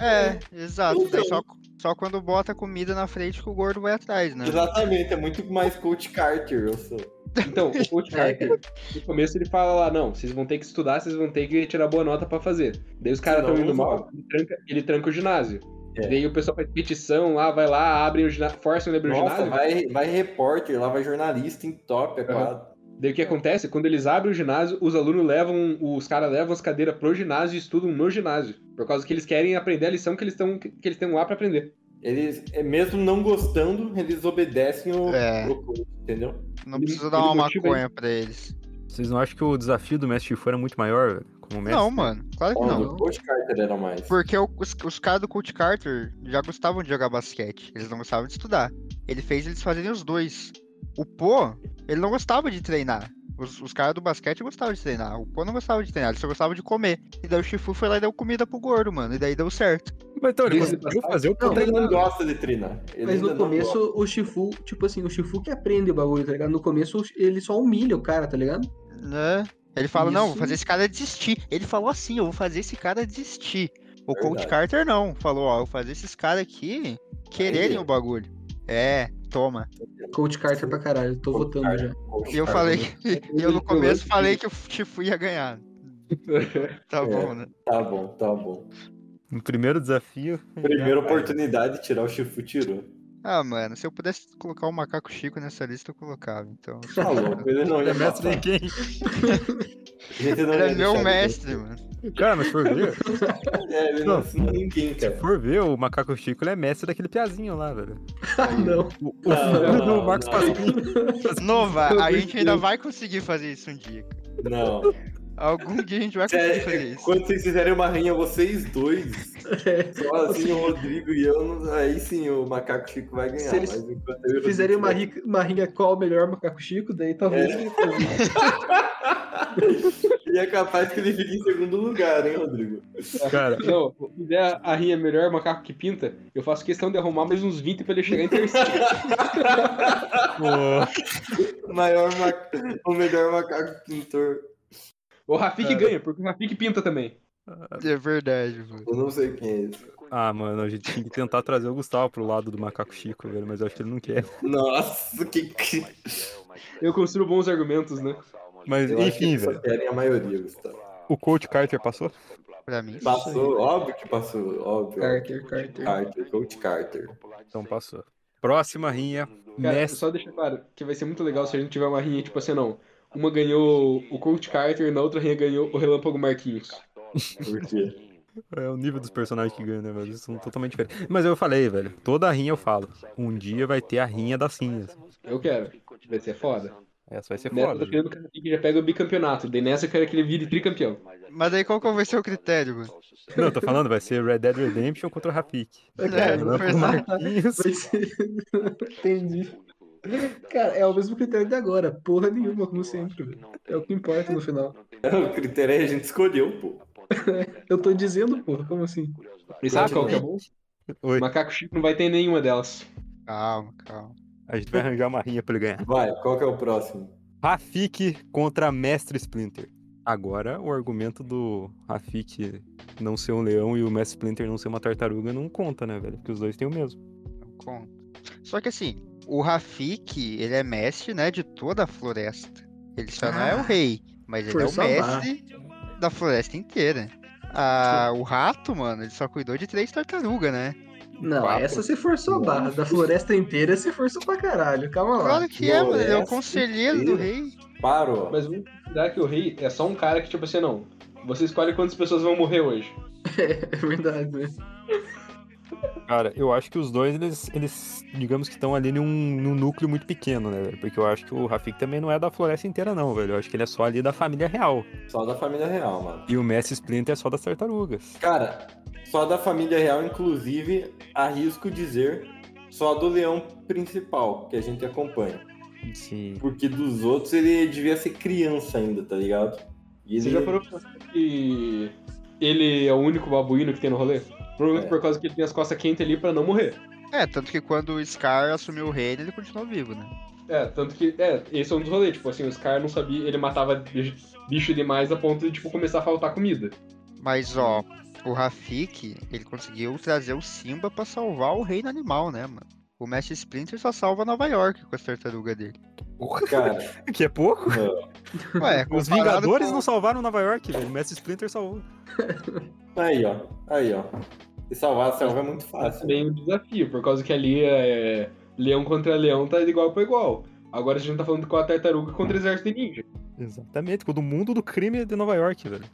É, exato. daí Então. Só, só quando bota comida na frente que o gordo vai atrás, né? Exatamente, é muito mais Coach Carter, eu sou. <laughs> Então, É. o coach Carter, no começo ele fala lá, não, vocês vão ter que estudar, vocês vão ter que tirar boa nota pra fazer. Daí os caras Senão estão indo não mal, ele tranca, ele tranca o ginásio. É. Daí o pessoal faz petição lá, vai lá, abrem o ginásio, forçam ele a abrir o Nossa, ginásio. vai, vai repórter, lá vai jornalista em top, é quadro. Daí o que acontece? Quando eles abrem o ginásio, os alunos levam, os caras levam as cadeiras pro ginásio e estudam no ginásio. Por causa que eles querem aprender a lição que eles estão que eles estão lá pra aprender. Eles, é, mesmo não gostando, eles obedecem o, É. o coach, entendeu? Não Ele- precisa dar ele uma motiva ele. maconha pra eles. Vocês não acham que o desafio do Mestre Shifu era muito maior, velho? Como mestre? Não, mano. Claro que Não, não. o Coach Carter era mais. Porque o- os, os caras do Coach Carter já gostavam de jogar basquete. Eles não gostavam de estudar. Ele fez eles fazerem os dois. O Po, ele não gostava de treinar. Os, os caras do basquete gostavam de treinar. O Po não gostava de treinar, ele só gostava de comer. E daí o Shifu foi lá e deu comida pro gordo, mano. E daí deu certo. Mas então ele Desde conseguiu passado- fazer o Não, Ele treino. não gosta de treinar. Ele Mas ainda no não gosta. começo, o Shifu, tipo assim, o Shifu que aprende o bagulho, tá ligado? No começo, ele só humilha o cara, tá ligado? Né? Ele fala, não, vou Isso. fazer esse cara desistir. Ele falou assim, eu vou fazer esse cara desistir. O Coach Verdade. Carter não. Falou, ó, eu vou fazer esses caras aqui quererem Aí. o bagulho. É, toma. Coach Carter pra caralho, tô Coach votando Carter. já. Coach E eu Carter. falei que, Então, eu no começo falei que o Tifu ia <laughs> ganhar. Tá É. bom, né? Tá bom, tá <laughs> bom. No tá- primeiro desafio. Primeira oportunidade de tirar o Chifu tirou. Ah, mano, se eu pudesse colocar o Macaco Chico nessa lista, eu colocava, então. Tá louco, ele não <laughs> Ele ia é mestre passar. de quem? Ele não Ele ia é meu deixar mestre, mano. Cara, mas se for ver, ele- É, ele não ensinou ninguém, se cara. for ver, o Macaco Chico ele é mestre daquele piazinho lá, velho. Ah, não. O, o Não, filho não, do Marcos não. Pasquim. Nova, a gente ainda vai conseguir fazer isso um dia. cara. Não. Algum dia a gente vai conseguir fazer Sério, isso. quando vocês fizerem uma rinha, vocês <laughs> dois, É. só assim o Rodrigo e eu, não- aí sim o Macaco Chico vai ganhar. Se eles mas enquanto eu e o Fizerem Rodrigo uma, rica, uma rinha qual o melhor macaco Chico, daí talvez. É. ele faça. E é capaz que ele fique em segundo lugar, hein, Rodrigo? Cara, Não, se der a rinha melhor macaco que pinta, eu faço questão de arrumar mais uns 20 pra ele chegar em <laughs> terceiro. o- O Maior ma- o melhor macaco pintor. O Rafik É. ganha, porque o Rafik pinta também. É verdade, mano. Eu não sei quem é esse. Ah, mano, a gente tinha que tentar trazer o Gustavo pro lado do Macaco Chico, velho, mas eu acho que ele não quer. Nossa, que. que... Eu construo bons argumentos, né? Mas Eu acho que enfim, eles velho. só querem a maioria, Gustavo. O Coach Carter passou? Pra mim. Passou, óbvio que passou, óbvio. Carter, Carter. Carter, Coach Carter. Então passou. Próxima rinha. Cara, Mestre. só deixa claro que vai ser muito legal se a gente tiver uma rinha, tipo assim, não. Uma ganhou o Coach Carter e na outra rinha ganhou o Relâmpago Marquinhos. Por quê? <laughs> É o nível dos personagens que ganham, né, velho? Eles são totalmente diferentes. Mas eu falei, velho, toda rinha eu falo. Um dia vai ter a rinha das cinzas. Eu quero. Vai ser foda. Essa vai ser Nessa eu É foda. tô querendo que o Rafik já pega o bicampeonato. Daí nessa eu quero que ele vire tricampeão. Mas daí qual que vai ser o critério, mano? Não, eu tô falando, vai ser Red Dead Redemption contra o Rafik. É, Relâmpago verdade. Marquinhos. Vai ser- Entendi. assim. Cara, é o mesmo critério de agora. Porra nenhuma, como sempre. velho. É o que importa no final. <laughs> O critério é a gente escolheu, pô. <laughs> Eu tô dizendo, porra, como assim? E sabe qual que é bom? Oi, O Macaco Chico não vai ter nenhuma delas. Calma, calma. a gente vai arranjar uma rinha pra ele ganhar. Vai, qual que é o próximo? Rafik contra Mestre Splinter. Agora, o argumento do Rafik não ser um leão e o Mestre Splinter não ser uma tartaruga não conta, né, velho? Porque os dois têm o mesmo. Não conta. Só que assim, o Rafik, ele é mestre, né, de toda a floresta. Ele só não é o Ah, rei, mas ele é o força barra. mestre da floresta inteira. Ah, o rato, mano, ele só cuidou de três tartarugas, né? Não, Quatro. essa você forçou a barra. Da floresta inteira você forçou pra caralho. Calma lá. Claro que é, mano, ele é o floresta conselheiro do inteira. rei. Parou. Mas vamos considerar que o rei é só um cara que, tipo assim, não. Você escolhe quantas pessoas vão morrer hoje. <laughs> É verdade, né? Cara, eu acho que os dois, eles, eles digamos que estão ali num, num núcleo muito pequeno, né, velho? Porque eu acho que o Rafik também não é da floresta inteira, não, velho. Eu acho que ele é só ali da família real. Só da família real, mano. E o Mestre Splinter é só das tartarugas. Cara, só da família real, inclusive, arrisco dizer só do leão principal que a gente acompanha. Sim. Porque dos outros ele devia ser criança ainda, tá ligado? E Você ele- já parou pra pensar que ele é o único babuíno que tem no rolê? Provavelmente É. por causa que ele tem as costas quentes ali pra não morrer. É, tanto que quando o Scar assumiu o reino, ele continuou vivo, né? É, tanto que. É, esse é um dos rolês. Tipo assim, o Scar não sabia. Ele matava bi- bicho demais a ponto de, tipo, começar a faltar comida. Mas, ó, o Rafik, ele conseguiu trazer o Simba pra salvar o reino animal, né, mano? O Mestre Splinter só salva Nova York com as tartarugas dele. Cara, <laughs> Que é pouco? Ué, Os comparado Vingadores com- não salvaram Nova York, velho. O Mestre Splinter salvou. aí, ó. Aí, ó. E salvar a selva é muito Mas fácil. também um desafio, por causa que ali é. Leão contra leão tá de igual pra igual. Agora a gente tá falando com a tartaruga contra o exército de ninja. Exatamente, tipo, do mundo do crime de Nova York, velho.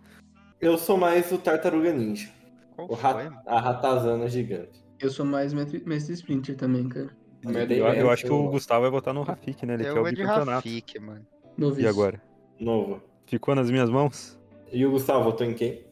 Eu sou mais o Tartaruga Ninja. Qual O foi, mano? ra- a ratazana gigante. Eu sou mais mestre, mestre Splinter também, cara. Merda, Eu, Tem eu essa, acho que é o eu- Gustavo vai votar no Rafik, né? Ele quer Eu o vou de bicampeonato. Rafik, mano. E Noviço. agora? Novo. Ficou nas minhas mãos? E o Gustavo votou em quem?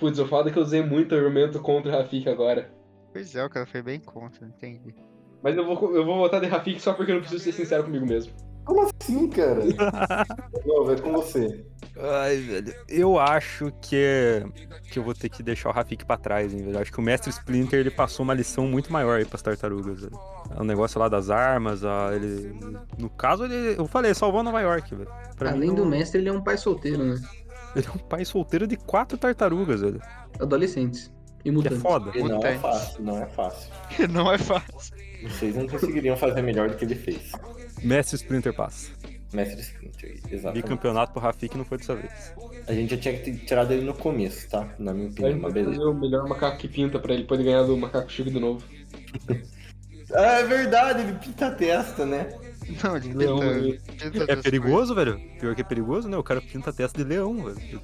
Putz, eu falo que eu usei muito argumento contra o Rafik agora. Pois é, o cara foi bem contra, entendi. <laughs> Mas eu vou, eu vou votar de Rafik só porque eu não preciso ser sincero comigo mesmo. Como assim, cara? <laughs> Novo, é com você. Ai, velho. Eu acho que, que eu vou ter que deixar o Rafik pra trás, hein, velho. Eu Acho que o Mestre Splinter ele passou uma lição muito maior aí pras tartarugas. velho. É O negócio lá das armas, a, ele. No caso, ele. Eu falei, salvou Nova York, velho. Pra Além mim, do não- mestre, ele é um pai solteiro, né? Ele é um pai solteiro de quatro tartarugas, velho. Adolescentes. E Que é mutantes. foda. E não é Mutante. fácil, não é fácil. Não é fácil. Vocês não conseguiriam fazer melhor do que ele fez. Mestre Splinter passa. Mestre Splinter, Tá exato. Bicampeonato pro Rafik não foi dessa vez. A gente já tinha que ter tirado ele no começo, tá? Na minha A opinião, gente mas vai beleza. fazer o melhor macaco que pinta pra ele poder ganhar do macaco Chico de novo. Ah, é verdade, ele pinta a testa, né? Não, ele Leão, ele- pinta É perigoso, velho? Pior que é perigoso, né? O cara pinta a testa de leão, velho.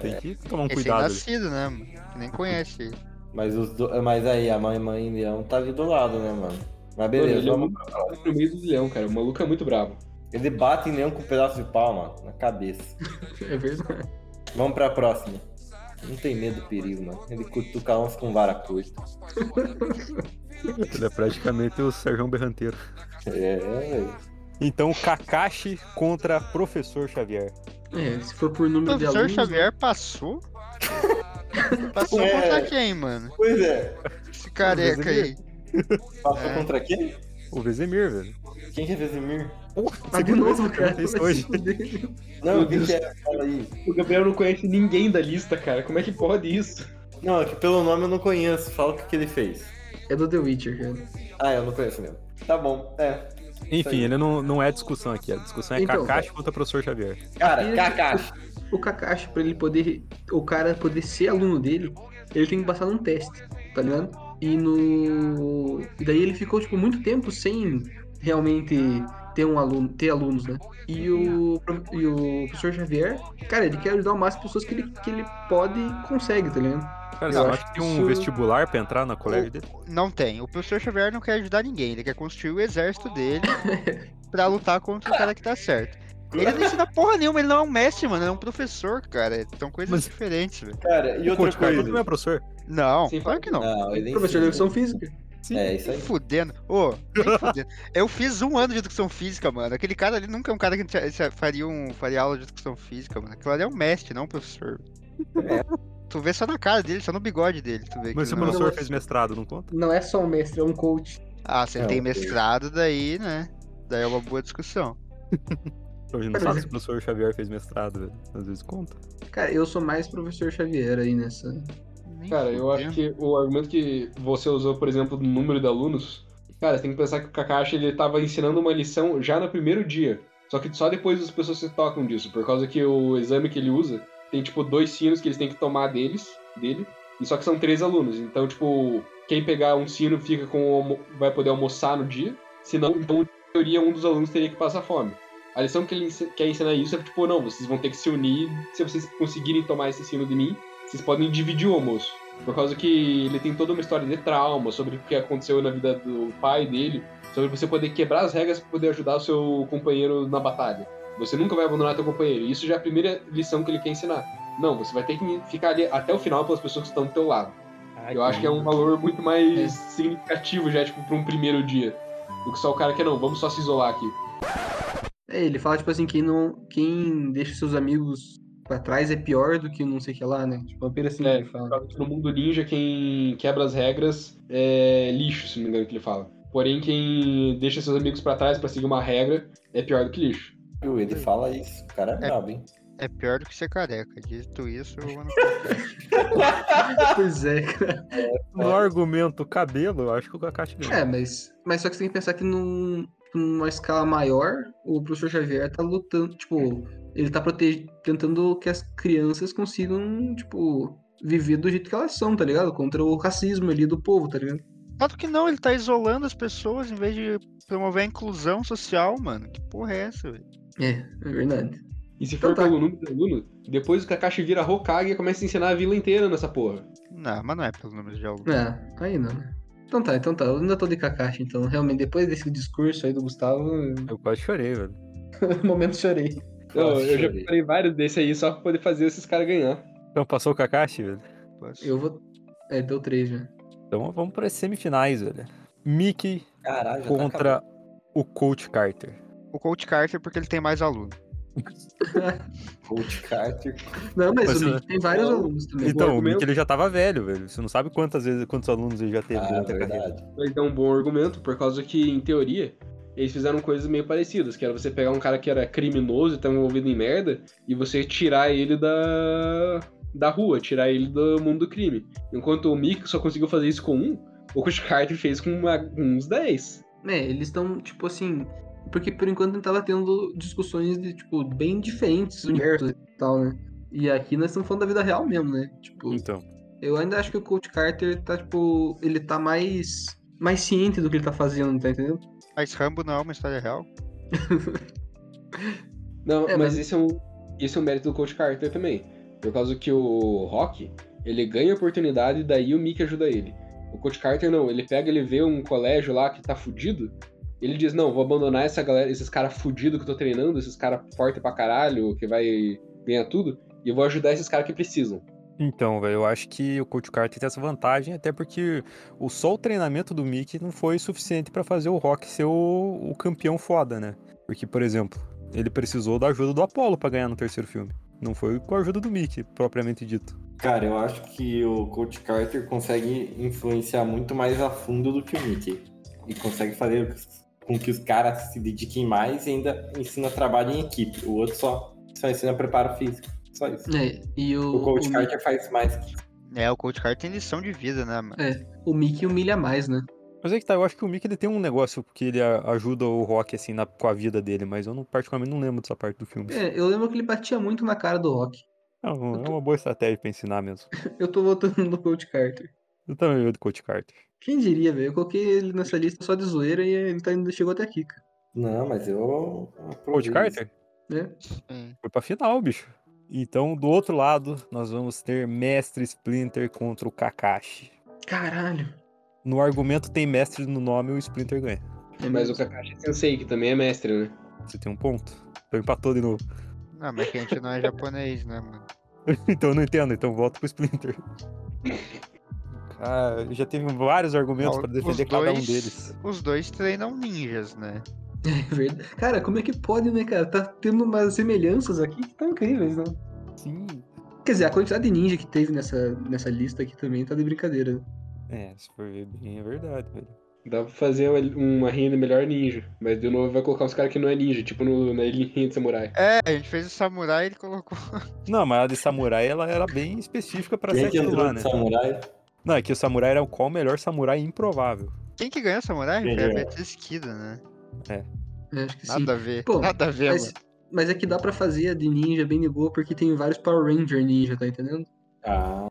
Tem que tomar um É sem cuidado. ali. nascido, né, mano? Que nem conhece é ele. Mas, os do... mas aí, a mãe mãe leão tá ali do lado, né, mano? um- Mano, Mas beleza, ele é vamos. muito bravo no meio do leão, cara. O maluco é muito bravo. Ele bate em leão com um pedaço de pau, mano, na cabeça. É verdade. Vamos pra próxima. Não tem medo do perigo, mano. Ele cutuca uns com vara curta. Ele é praticamente o Sérgio Berranteiro. É, velho. Então, Kakashi contra Professor Xavier. É, se for por número Então, O de professor alunos... Xavier <laughs> passou? passou né? É. contra quem, mano? Pois é. Esse careca aí. Passou É. contra quem? O Vezemir, velho. Quem que é Vesemir? Ah, de novo, cara. Isso hoje. <laughs> Não, Meu quem Deus. que é? Fala aí. O Gabriel não conhece ninguém da lista, cara. Como é que pode isso? Não, é que pelo nome eu não conheço. Fala o que, que ele fez. É do The Witcher, cara. Ah, eu não conheço mesmo. Tá bom, é. Enfim, ele não, não é discussão aqui. A discussão é Então, Kakashi contra Professor Xavier. Cara, Kakashi. O Kakashi, pra ele poder... O cara poder ser aluno dele, ele tem que passar num teste, tá ligado? E no... E daí ele ficou, tipo, muito tempo sem realmente ter um aluno, ter alunos, né? E o, pro- e o professor Xavier, cara, ele quer ajudar o máximo de pessoas que ele, que ele pode e consegue, tá ligado? Cara, Eu você não acho acha que que tem um isso- vestibular pra entrar na colégio dele? Não tem. O professor Xavier não quer ajudar ninguém. Ele quer construir o exército <laughs> dele pra lutar contra o cara que tá certo. Ele não ensina porra nenhuma, ele não é um mestre, mano, ele é um professor, cara. São coisas Mas- diferentes, velho. Cara, e O outra Coach Carter coisa. não é professor. Não, Sim, claro que não. Não, ele Professor de ensina. né? educação física. É, isso aí. Nem fudendo. Ô, nem fudendo. Eu fiz um ano de educação física, mano. Aquele cara ali nunca é um cara que te- se- faria, um, faria aula de educação física, mano. Aquilo ali é um mestre, não um professor. É. Tu vê só na cara dele, só no bigode dele. Tu vê que Mas se o não- professor fez mestrado, não conta? Não é só um mestre, é um coach. Ah, se ele É, tem ok. mestrado, daí, né? Daí é uma boa discussão. A gente não sabe se o professor Xavier fez mestrado, velho. Às vezes conta. Cara, eu sou mais professor Xavier aí nessa. Nem Cara, eu acho fudendo. que o argumento que você usou, por exemplo, do número de alunos, cara, você tem que pensar que o Kakashi ele tava ensinando uma lição já no primeiro dia. Só que só depois as pessoas se tocam disso, por causa que o exame que ele usa tem tipo dois sinos que eles têm que tomar deles, dele, e só que são três alunos. Então, tipo, quem pegar um sino fica com o almo- vai poder almoçar no dia, senão então em teoria um dos alunos teria que passar fome. A lição que ele ensi- quer ensinar isso é tipo, não, vocês vão ter que se unir, se vocês conseguirem tomar esse sino de mim, vocês podem dividir o almoço. Por causa que ele tem toda uma história de trauma sobre o que aconteceu na vida do pai dele, sobre você poder quebrar as regras para poder ajudar o seu companheiro na batalha. Você nunca vai abandonar teu companheiro. Isso já é a primeira lição que ele quer ensinar. Não, você vai ter que ficar ali até o final pelas pessoas que estão do teu lado. Eu acho que é um valor muito mais É. significativo já, tipo, pra um primeiro dia. Do que só o cara que não, vamos só se isolar aqui. É, ele fala, tipo assim, quem não. Quem deixa seus amigos pra trás é pior do que não sei o que lá, né? Tipo, apenas assim É. que ele fala. Claro que No mundo ninja, quem quebra as regras é lixo, se não me engano que ele fala. Porém, quem deixa seus amigos pra trás pra seguir uma regra é pior do que lixo. Viu? Ele fala isso. O cara é brabo, hein? É pior do que ser careca. Dito isso, eu não... Pois é, cara. No argumento cabelo, eu acho que o Kakashi ganha. É, mas. Mas só que você tem que pensar que num, numa escala maior, o professor Xavier tá lutando, tipo, ele tá protege... tentando que as crianças consigam, tipo, viver do jeito que elas são, tá ligado? Contra o racismo ali do povo, tá ligado? <laughs> Claro que não, ele tá isolando as pessoas em vez de promover a inclusão social, mano. Que porra é essa, velho? É, é verdade. E se for Então tá. pelo número de aluno, depois o Kakashi vira Hokage e começa a ensinar a vila inteira nessa porra. Não, mas não é pelo número de alunos. É, aí não, né? Então tá, então tá. Eu ainda tô de Kakashi, então. Realmente, depois desse discurso aí do Gustavo, <laughs> Eu quase chorei, velho. no momento chorei. Eu, eu já Chorei. comprei vários desses aí só pra poder fazer esses caras ganhar. Então passou o Kakashi, velho. Eu vou. É, deu três já. Então vamos para as semifinais, velho. Mickey Caralho, já tá contra o Coach Carter. O Coach Carter, porque ele tem mais aluno. acabando. Coach Carter. Não, Mas, mas, o Mickey tem vários eu- alunos também. Então, o argumento- Mickey ele já tava velho, velho. Você não sabe quantas vezes, quantos alunos ele já teve né? Ah, durante a carreira. verdade. Mas dá um bom argumento, por causa que, em teoria, eles fizeram coisas meio parecidas, que era você pegar um cara que era criminoso e tava envolvido em merda, e você tirar ele da. da rua, tirar ele do mundo do crime. Enquanto o Mick só conseguiu fazer isso com um, o Coach Carter fez com uma- uns 10. É, eles estão, tipo assim. Porque por enquanto a gente tava tendo discussões de, tipo, bem diferentes universos e tal, né? E aqui nós estamos falando da vida real mesmo, né? Tipo, Então, eu ainda acho que o Coach Carter tá, tipo. Ele tá mais. Mais ciente do que ele tá fazendo, tá entendendo? Mas Rambo não é uma história real. Não, É, mas mas- esse é, um, esse é um mérito do Coach Carter também. Por causa que o Rock, ele ganha oportunidade e daí o Mickey ajuda ele. O Coach Carter não, ele pega, ele vê um colégio lá que tá fudido, ele diz, não, vou abandonar essa galera, esses caras fudidos que eu tô treinando, esses caras fortes pra caralho, que vai ganhar tudo, e eu vou ajudar esses caras que precisam. então, velho, eu acho que o Coach Carter tem essa vantagem, até porque o, só o treinamento do Mickey não foi suficiente pra fazer o Rock ser o, o campeão foda, né? Porque, por exemplo, ele precisou da ajuda do Apollo pra ganhar no terceiro filme. Não foi com a ajuda do Mickey, propriamente dito. Cara, eu acho que o Coach Carter consegue influenciar muito mais a fundo do que o Mickey. E consegue fazer com que os caras se dediquem mais e ainda ensina trabalho em equipe. O outro só, só ensina preparo físico. Só isso. É, e o. O Coach o Mi- Carter faz mais que É, o Coach Carter tem lição de vida, né, mano? O Mickey humilha mais, né? Mas é que tá, eu acho que o Mickey ele tem um negócio que ele a- ajuda o Rock, assim, na- com a vida dele, mas eu não, particularmente não lembro dessa parte do filme. É, eu lembro que ele batia muito na cara do Rock. <laughs> É uma é uma boa estratégia pra ensinar mesmo. Eu tô votando no Coach Carter. Eu também vou de Coach Carter. Quem diria, velho? Eu coloquei ele nessa lista só de zoeira e ele tá indo, chegou até aqui, cara. Não, mas eu. Coach aproveito. Carter? É. Né? Hum. Foi pra final, bicho. Então, do outro lado, nós vamos ter Mestre Splinter contra o Kakashi. Caralho. No argumento tem mestre no nome, o Splinter ganha. É Mas mesmo. o Kakashi Sensei, que também é mestre, né? Você tem um ponto. Então empatou de novo. <laughs> Não, mas que a gente não <laughs> é japonês, né, mano? então eu não entendo, então voto pro Splinter. Cara, eu já teve vários argumentos Não, pra os defender cada um dois- deles. Os dois treinam ninjas, né? É verdade. Cara, como é que pode, né, cara? Tá tendo umas semelhanças aqui que tão incríveis, né? Sim. Quer dizer, a quantidade de ninja que teve nessa, nessa lista aqui também tá de brincadeira. né? É, se for ver bem, é verdade, velho. Dá pra fazer uma, uma renda melhor ninja, mas de novo vai colocar uns caras que não é ninja, tipo no, na linha de samurai. É, a gente fez o samurai e ele colocou. Não, mas a de samurai ela era bem específica pra ser Quem que aquilo entrou lá, de né? samurai? Não, é que o samurai era o qual o melhor samurai improvável. Quem que ganhou o samurai? Quem Foi a é. ganhou? Beatriz Kida, né? Eu É, acho que sim. Nada a ver. Pô, Nada a ver, Mas, mano. mas é que dá pra fazer a de ninja bem de boa porque tem vários Power Ranger ninja, tá entendendo? Ah.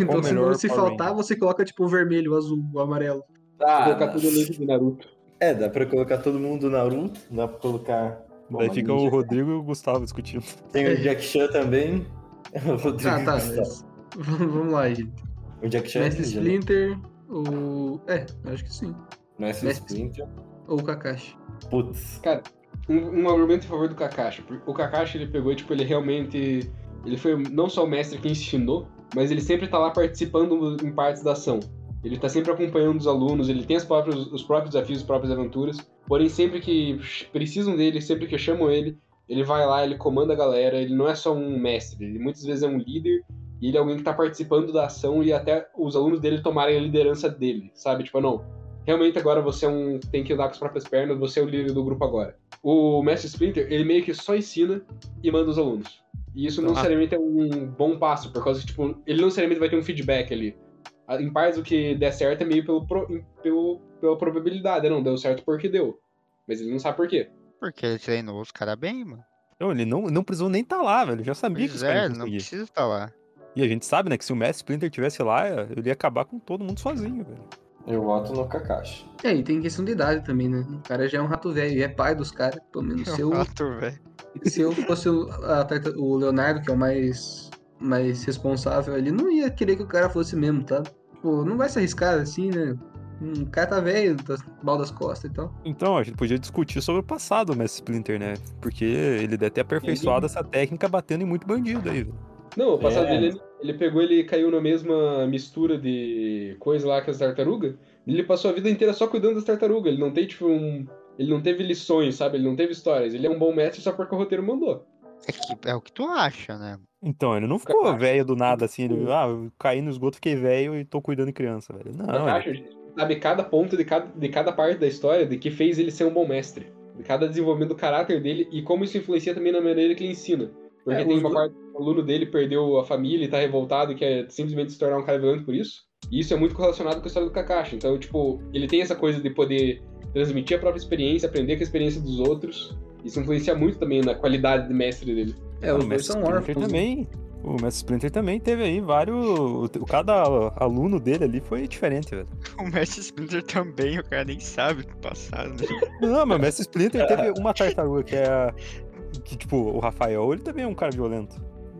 Então, se, melhor não, se Power faltar, você coloca, tipo, o vermelho, o azul, o amarelo. Ah, colocar dá- tudo no de Naruto. É, dá pra colocar todo mundo Naruto, dá pra colocar. Bom, Daí mas fica ninja. o Rodrigo e o Gustavo discutindo. Tem o Jack Chan também. <laughs> O Rodrigo É. Ah, tá. Gustavo. mas- Vamos vamos lá, gente. O Jack Chan. é Mestre ninja, né? Splinter, o. É, eu acho que sim. Mestre Mestre- Splinter. Ou o Kakashi. Putz. Um, um argumento em favor do Kakashi. porque O Kakashi, ele pegou, e, tipo, ele realmente... Ele foi não só o mestre que ensinou, mas ele sempre tá lá participando em partes da ação. Ele tá sempre acompanhando os alunos, ele tem os próprios, os próprios desafios, as próprias aventuras. Porém, sempre que ch- precisam dele, sempre que chamam ele, ele vai lá, ele comanda a galera. Ele não é só um mestre, ele muitas vezes é um líder. E ele é alguém que tá participando da ação e até os alunos dele tomarem a liderança dele, sabe? Tipo, não, realmente agora você é um, tem que andar com as próprias pernas, você é o líder do grupo agora o Mestre Splinter, ele meio que só ensina e manda os alunos. E isso não Tá. necessariamente é um bom passo, por causa que, tipo, ele não necessariamente vai ter um feedback ali. A- Em partes, o que der certo é meio pelo, pro- em- pelo, pela probabilidade, não, deu certo porque deu. Mas ele não sabe por quê. Porque ele treinou os caras bem, mano. Não, ele não, não precisou nem estar lá, velho. Já sabia que Pois os caras é, iam não conseguir. precisa estar lá. E a gente sabe, né, que se o Mestre Splinter tivesse lá, ele ia acabar com todo mundo sozinho, velho. Eu voto no Kakashi. É, e tem questão de idade também, né? O cara já é um rato velho e é pai dos caras. Pelo menos <laughs> <laughs> se eu, Rato, velho. se eu fosse o, a tarta- o Leonardo, que é o mais, mais responsável ali, não ia querer que o cara fosse mesmo, tá? Tipo, não vai se arriscar assim, né? Hum, O cara tá velho, tá mal das costas e tal. Então, a gente podia discutir sobre o passado do Mestre Splinter, né? Porque ele deve ter aperfeiçoado essa técnica batendo em muito bandido aí, velho. Não, o passado É. dele, ele- Ele pegou, ele caiu na mesma mistura de coisa lá que as tartarugas. Ele passou a vida inteira só cuidando das tartarugas. Ele não tem, tipo, um. Ele não teve lições, sabe? Ele não teve histórias. Ele é um bom mestre só porque o roteiro mandou. É, que- é o que tu acha, né? <laughs> Então, ele não ficou Cara, velho do nada assim, ele, ah, eu caí no esgoto, fiquei velho e tô cuidando de criança, velho. Não, ele- Acho, sabe cada ponto de cada, de cada parte da história de que fez ele ser um bom mestre. De cada desenvolvimento do caráter dele e como isso influencia também na maneira que ele ensina. Porque É, tem os uma dois- parte que o aluno dele perdeu a família e tá revoltado e quer simplesmente se tornar um cara violento por isso. E isso é muito correlacionado com a história do Kakashi. Então, tipo, ele tem essa coisa de poder transmitir a própria experiência, aprender com a experiência dos outros. Isso influencia muito também na qualidade de mestre dele. É, Ah, os o dois Mestre são Splinter órfãos. também. O Mestre Splinter também teve aí vários. o- Cada aluno dele ali foi diferente, velho. O Mestre Splinter também, o cara nem sabe o que passaram, né? Não, mas o Mestre Splinter <laughs> teve uma tartaruga que é. a- Que, tipo, o Rafael, ele também é um cara violento.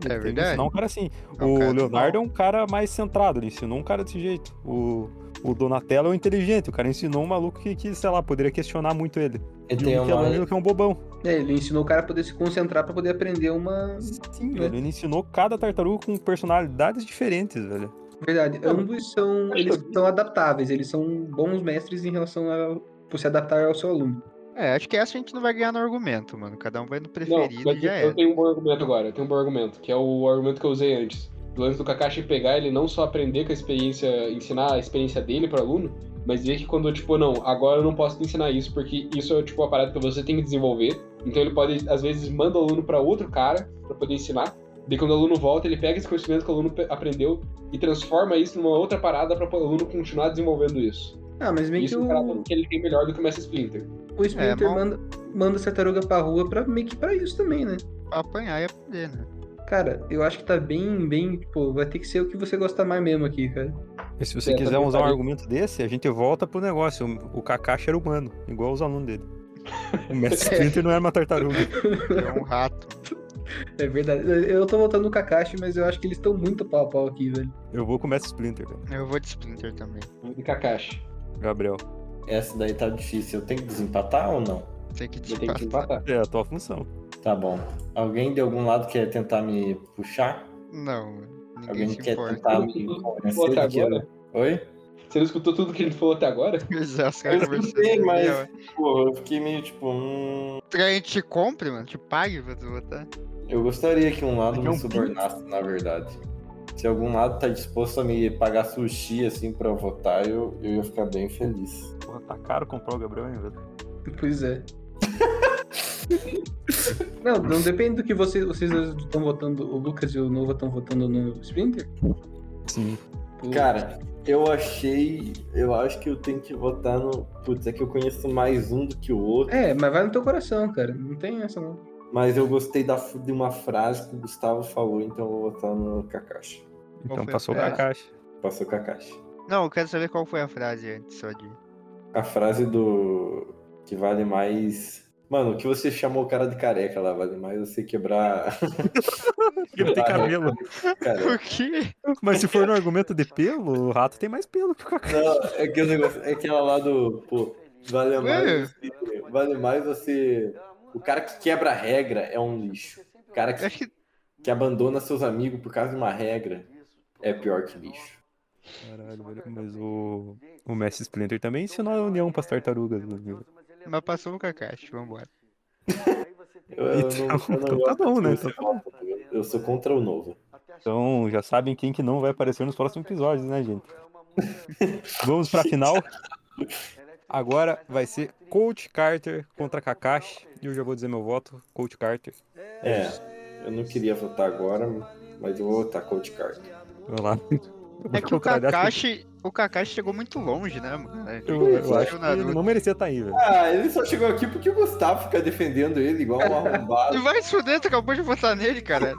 É Ele verdade. Ensinou um cara assim. É um o cara do Leonardo é um cara mais centrado, ele ensinou um cara desse jeito. O, o Donatello é um inteligente, o cara ensinou um maluco que, que, sei lá, poderia questionar muito ele. Ele E tem o Michelangelo uma. que é um bobão. É, ele ensinou o cara a poder se concentrar pra poder aprender uma Sim, né? velho. Ele ensinou cada tartaruga com personalidades diferentes, velho. verdade. Ambos são, acho eles que- são adaptáveis, eles são bons mestres em relação a por se adaptar ao seu aluno. É, acho que essa a gente não vai ganhar no argumento, mano. Cada um vai no Não, preferido mas e já eu, eu é. tenho um bom argumento agora, eu tenho um bom argumento, que é o argumento que eu usei antes. Do lance do Kakashi pegar, ele não só aprender com a experiência, ensinar a experiência dele pro aluno, mas ver que quando, tipo, não, agora eu não posso te ensinar isso, porque isso é, tipo, uma parada que você tem que desenvolver. Então ele pode, às vezes, manda o aluno pra outro cara pra poder ensinar. Daí quando o aluno volta, ele pega esse conhecimento que o aluno pe- aprendeu e transforma isso numa outra parada pra o aluno continuar desenvolvendo isso. Ah, mas meio que Isso é um o, caráter que ele tem melhor do que o Mestre Splinter. o Splinter mal- manda, manda a tartaruga pra rua pra, meio que pra isso também, né? Pra apanhar e aprender, né? Cara, eu acho que tá bem, bem, tipo, vai ter que ser o que você gostar mais mesmo aqui, cara. E se você É, quiser também usar um faria. argumento desse, a gente volta pro negócio. O o Kakashi era humano, igual os alunos dele. O <laughs> Mestre Splinter não era uma tartaruga. É um rato. É verdade. Eu tô voltando no Kakashi, mas eu acho que eles estão muito pau a pau aqui, velho. Eu vou com o Mestre Splinter, velho. Eu vou de Splinter também. De Kakashi. Gabriel. Essa daí tá difícil. Eu tenho que desempatar ou não? Tem que Ele tem que desempatar. empatar. É a tua função. Tá bom. Alguém de algum lado quer tentar me puxar? Não, ninguém Alguém se quer importa. <laughs> tentar me convencer Outra de que agora? eu- Oi? Você não escutou tudo que a gente falou até agora? Já os Eu caras sei, conversando. mas- ali, ó. Pô, eu fiquei meio tipo, hum. A gente te compre, mano, te pague pra tu votar. Eu gostaria que um lado Aqui é me um subornasse, na verdade. Se algum lado tá disposto a me pagar sushi assim pra eu votar, eu, eu ia ficar bem feliz. Porra, tá caro comprar o Gabriel, hein, velho? Pois é. não, não depende do que vocês vocês dois estão votando, o Lucas e o Nova estão votando no Splinter. Sim. Pô, Cara, eu achei. Eu acho que eu tenho que votar no. Putz, é que eu conheço mais um do que o outro. É, mas vai no teu coração, cara. Não tem essa não. Mas eu gostei da, de uma frase que o Gustavo falou, então eu vou votar no Kakashi. Qual Então foi a passou o frase? Kakashi. Passou Kakashi. Não, eu quero saber qual foi a frase antes, só de. A frase do. Que vale mais. Mano, o que você chamou o cara de careca lá, vale mais você quebrar. Ele tem cabelo. <laughs> Cara, O quê? Mas se for no argumento de pelo, o rato tem mais pelo que o Kakashi. não, é que o negócio. É aquela lá do. Pô, vale mais você. Vale mais você. O cara que quebra a regra é um lixo. O cara Eu que, acho que. que abandona seus amigos por causa de uma regra é pior que lixo. Caralho, velho. Mas o. O Mestre Splinter também ensinou a união pras tartarugas. né, Velho. Mas passou o Kakashi, vambora. Eu, eu Então- não- eu não então <laughs> tá gosto bom, que né? você Então vota, tá ligado? Eu sou contra o novo. Então já sabem quem que não vai aparecer nos próximos episódios, né, <laughs> gente? Vamos pra final. Agora vai ser Coach Carter contra Kakashi. E eu já vou dizer meu voto, Coach Carter. É, eu não queria votar agora, mas eu vou votar Coach Carter. Vai lá. É que o Contrariar- Kakashi. O Kakashi chegou muito longe, né, mano? Eu, eu Ele acho saiu que na ele luta. não merecia estar aí, velho. Ah, ele só chegou aqui porque o Gustavo fica defendendo ele igual um E <laughs> arrombado. vai se fuder, tu acabou de votar nele, cara.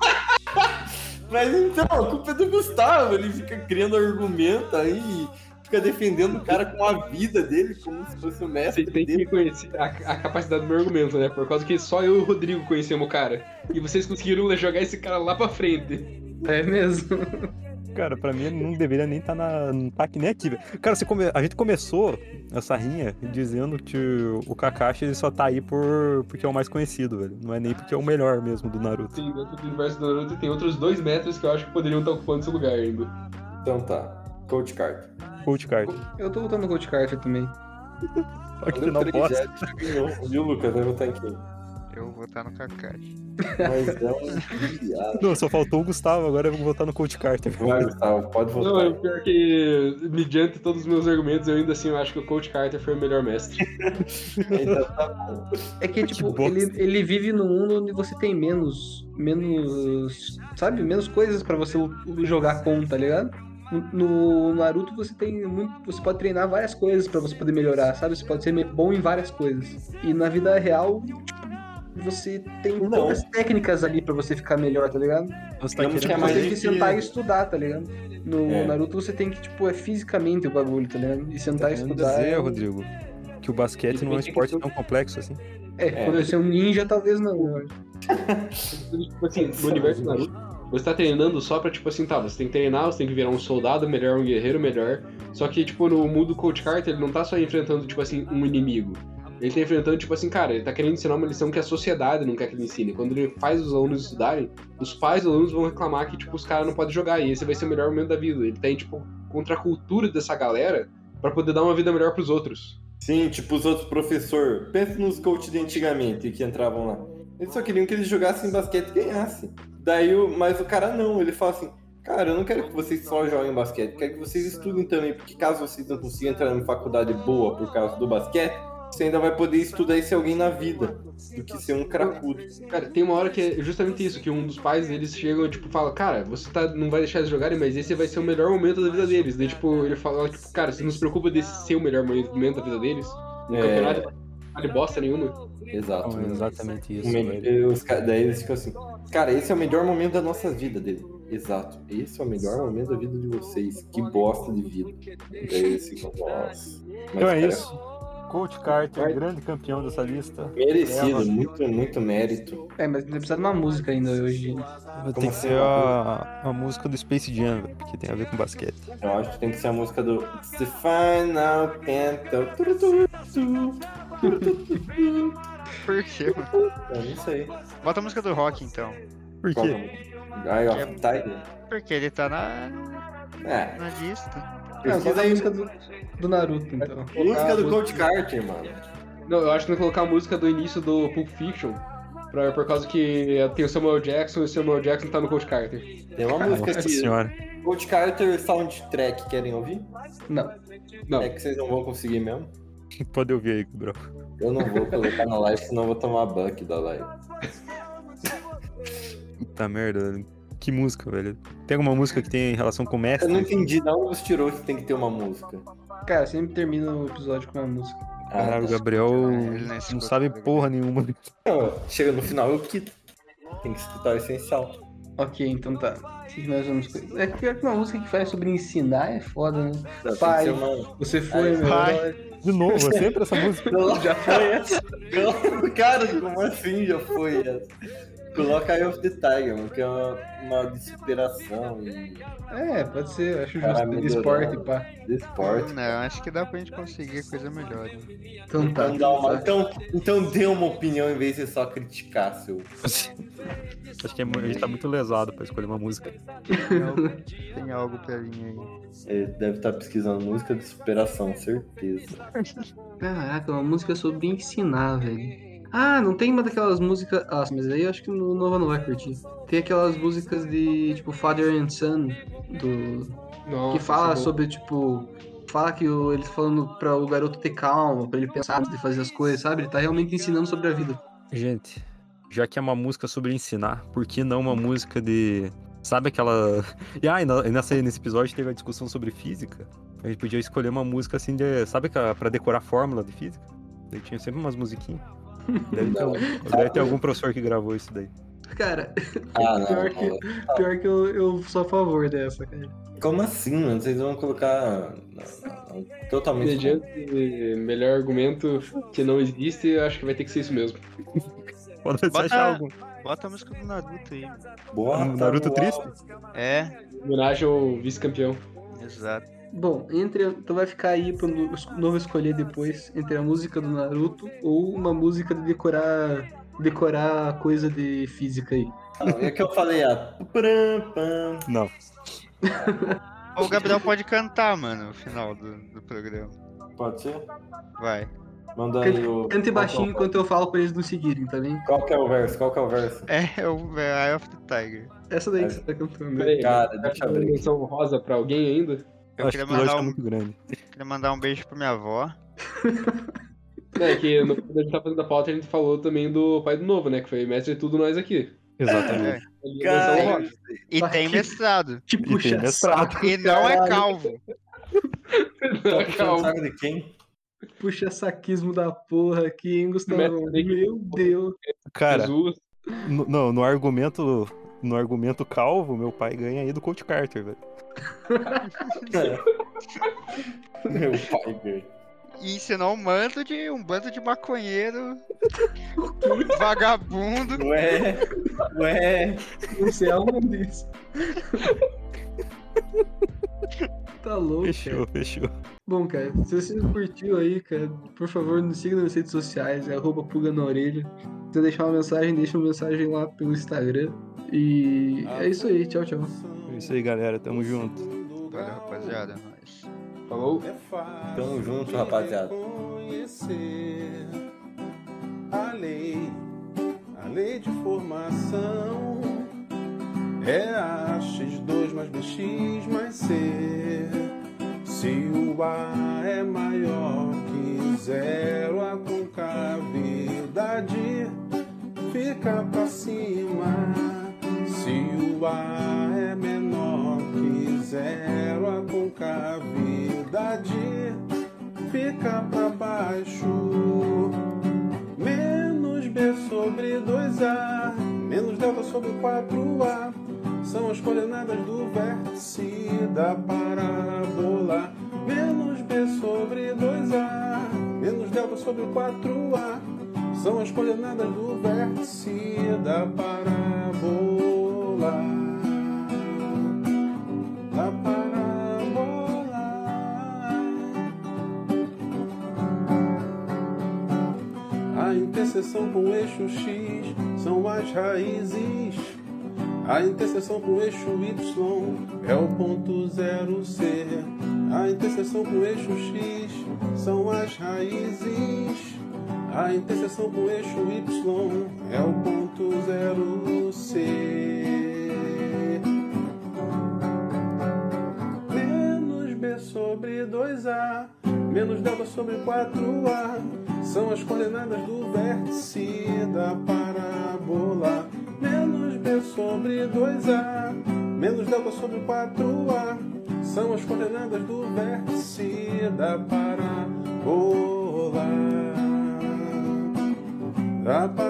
Mas então, a culpa é do Gustavo, ele fica criando argumento aí, fica defendendo o cara com a vida dele, como se fosse o mestre Vocês têm que dele. reconhecer a, a capacidade do meu argumento, né? Por causa que só eu e o Rodrigo conhecemos o cara. E vocês conseguiram jogar esse cara lá pra frente. É mesmo. Cara, pra mim não deveria nem estar na. Não tá que nem aqui, velho. Cara, você come- a gente começou essa rinha dizendo que o Kakashi ele só tá aí por... porque é o mais conhecido, velho. Não é nem porque é o melhor mesmo do Naruto. Sim, dentro do universo do Naruto tem outros dois metros que eu acho que poderiam estar ocupando esse lugar ainda. Então tá. Coach Card. Coach Card. Eu tô lutando com o Coach Carter também. Só que final bosta. Viu, Lucas? Vai votar em <laughs> quem? Eu vou estar no Kakashi. Mas é um viado. Não, só faltou o Gustavo, agora eu vou votar no Coach Carter. Vai, Gustavo, pode Não, é votar. o pior que, mediante todos os meus argumentos, eu ainda assim eu acho que o Coach Carter foi o melhor mestre. Então tá É que, Que tipo, bosta. ele, ele vive num mundo onde você tem menos. Menos. Sabe? Menos coisas pra você lu- jogar com, tá ligado? No no Naruto você tem muito. Você pode treinar várias coisas pra você poder melhorar, sabe? Você pode ser me- bom em várias coisas. E na vida real, tipo, você tem Não. poucas técnicas ali pra você ficar melhor, tá ligado? Você tá querendo Vamos É você mais tem que difícil. sentar e estudar, tá ligado? No É. Naruto você tem que, tipo, é fisicamente o bagulho, tá ligado? E tá sentar e querendo estudar. dizer, é- Rodrigo, que o basquete não é um esporte tão complexo assim. É, É. quando eu ser um ninja, talvez não. eu acho. Tipo assim, no universo do Naruto, você tá treinando só pra, tipo assim, tá, você tem que treinar, você tem que virar um soldado melhor, um guerreiro melhor. Só que, tipo, no mundo do Coach Carter, ele não tá só enfrentando, tipo assim, um inimigo. Ele tá enfrentando, tipo assim, cara, ele tá querendo ensinar uma lição que a sociedade não quer que ele ensine. Quando ele faz os alunos estudarem, os pais dos alunos vão reclamar que, tipo, os caras não podem jogar. E esse vai ser o melhor momento da vida. Ele tá, indo, tipo, contra a cultura dessa galera pra poder dar uma vida melhor pros outros. Sim, tipo os outros professores. Pensa nos coaches de antigamente que entravam lá. Eles só queriam que eles jogassem basquete e ganhassem. Daí o... Mas o cara não, ele fala assim, cara, eu não quero que vocês só joguem basquete, quero que vocês estudem também, porque caso vocês não consigam entrar numa faculdade boa por causa do basquete, você ainda vai poder estudar e ser alguém na vida, do que ser um cracudo. Cara, tem uma hora que é justamente isso, que um dos pais deles chega e, tipo, fala, cara, você tá, não vai deixar eles jogarem, mas esse vai ser o melhor momento da vida deles. Daí, tipo, ele fala, tipo, cara, você não se preocupa desse ser o melhor momento da vida deles? No campeonato, É, não vale bosta nenhuma. exato. Não, é exatamente isso, O me- velho. os ca- Daí eles ficam assim, cara, esse é o melhor momento da nossa vida dele. Exato, esse é o melhor momento da vida de vocês. Que bosta de vida. Daí eles ficam, nossa. Mas, Então é cara, isso. Coach Carter, grande campeão dessa lista. Merecido, É, muito, muito mérito. É, mas precisa de uma música ainda hoje. Vai ter Como que ser a, a música do Space Jam, velho, porque tem a ver com basquete. Eu acho que tem que ser a música do It's The Final Penta. Turu, turu, tu. Por quê, mano? Eu não sei. Bota a música do rock então. Por Qual quê? que é? Eye of Tiger. Porque ele tá na, É. na lista. Ah, Pesquisa bota a aí. música do, do Naruto, então. Música do Coach Carter, mano. Não, eu acho que não colocar a música do início do Pulp Fiction, pra, por causa que tem o Samuel Jackson e o Samuel Jackson tá no Coach Carter. Tem uma música Nossa aqui. <laughs> senhora. Coach Carter Soundtrack, querem ouvir? Não. Não, É que vocês não vão conseguir mesmo. Pode ouvir aí, bro. Eu não vou colocar na live, senão eu vou tomar buck da live. Puta merda, velho. Que música, velho. Tem alguma música que tem relação com o Eu mestre? não entendi de onde você tirou que tem que ter uma música. Cara, sempre termina o episódio com uma música. Ah, Caralho, o tá. Gabriel Ele não não é escuta, sabe tá porra nenhuma. Não, Chega no final, eu quito. Tem que escutar o essencial. Ok, então tá. O que que nós vamos. co- É que pior que uma música que faz sobre ensinar é foda, né? Não, tem Pai. que ser uma- Você foi, Ai, meu. pai. herói. De novo, é sempre essa música. Já foi essa? Coloca- <laughs> Cara, como assim já foi essa? Coloca Eye of the Tiger, mano, que é uma, uma de superação e É, pode ser, eu acho Cara, justo. melhorou. Esporte, pá. de esporte. Não, Né, acho que dá pra gente conseguir coisa melhor. né? Então tá. Então, dá uma- então, então dê uma opinião em vez de só criticar, seu. <laughs> Acho que é mu- a gente tá muito lesado pra escolher uma música. Tem algo, <laughs> tem algo pra mim aí. Ele É, deve estar pesquisando música de superação, certeza. Caraca, uma música sobre ensinar, velho. Ah, não tem uma daquelas músicas. Ah, mas aí eu acho que o Nova não vai curtir. Tem aquelas músicas de, tipo, Father and Son, do, nossa, que fala essa sobre, tipo, fala que o, ele tá falando pra o garoto ter calma, pra ele pensar antes de fazer as coisas, sabe? Ele tá realmente ensinando sobre a vida. Gente, já que é uma música sobre ensinar, por que não uma música de. Sabe aquela. <laughs> E ah, e na- e nessa, nesse episódio teve a discussão sobre física. A gente podia escolher uma música assim de. Sabe aquela- pra decorar fórmula de física? Daí tinha sempre umas <laughs> musiquinhas. Deve Então, ter, algum, deve ter algum professor que gravou isso daí. Cara, Ah, não. Pior que- não. pior que eu, eu sou a favor dessa, cara. Como assim, mano? Vocês vão colocar. não, não, é Totalmente. Mediante melhor argumento que não existe, eu acho que vai ter que ser isso mesmo. Pode você Bota- achar algum. Bota a música do Naruto aí. Boa. Um Naruto triste? É, Homenagem ao vice-campeão. exato. Bom, entre a- então vai ficar aí pro no- es- novo escolher depois entre a música do Naruto ou uma música de decorar decorar coisa de física aí. Não, é que eu falei, ah. pram, pam. Não. Ou O Gabriel pode cantar, mano, no final do, do programa. Pode ser? Vai. Manda aí o. Cante baixinho Qual, enquanto eu falo pra eles não seguirem, tá bem? qual que é o verso? Qual que é o verso? É, é o é Eye of the Tiger. Essa daí que você tá cantando. Peraí, Cara, deixa eu uma abrir. menção rosa pra alguém ainda? Eu acho que queria o lógico mandar, é um, muito grande. queria mandar um beijo pra minha avó. Não, é que no- <laughs> quando a gente tá fazendo a pauta, a gente falou também do pai do novo, né? Que foi mestre de tudo nós aqui. Exatamente. É. Ele ia Cara, menção rosa. E Tá tem aqui. mestrado. Que E tem puxa. mestrado. E não é Caralho. calvo. Tô <laughs> Não, puxando o calma. saco de quem? Puxa saquismo da porra aqui, hein, Gustavo? Meta- Meu Deus. É. Cara, Jesus. no, não, no argumento. No argumento calvo, meu pai ganha aí do Coach Carter, velho. Meu pai, velho. E ensinou um manto de um bando de maconheiro. vagabundo. Ué, ué. Não sei aonde é isso. <laughs> Tá louco. cara. Fechou, fechou. Bom, cara, se você curtiu aí, cara, por favor, nos siga nas redes sociais, é arroba pulga na orelha. Se você deixar uma mensagem, deixa uma mensagem lá pelo Instagram. E Ah. é isso aí, tchau, tchau. É isso aí, galera. Tamo junto. Valeu, rapaziada. é nóis. Falou. É fácil. Tamo junto, de rapaziada. reconhecer A lei, a lei de formação é a x2 mais bx mais c. Se o A é maior que zero, a concavidade fica pra cima. Se o A é menor que zero, a concavidade fica pra baixo. Menos B sobre 2A, menos delta sobre 4A, são as coordenadas do vértice da parábola. Menos B sobre 2A, menos delta sobre 4A, são as coordenadas do vértice da parábola. Da parábola. A interseção com o eixo X são as raízes. A interseção com o eixo Y é o ponto zero C. A interseção com o eixo X são as raízes. A interseção com o eixo Y é o ponto zero C. Menos B sobre 2A, menos delta sobre 4A, são as coordenadas do vértice da parábola. Menos B sobre 2A, menos delta sobre 4A, são as coordenadas do vértice da parábola. Da parábola.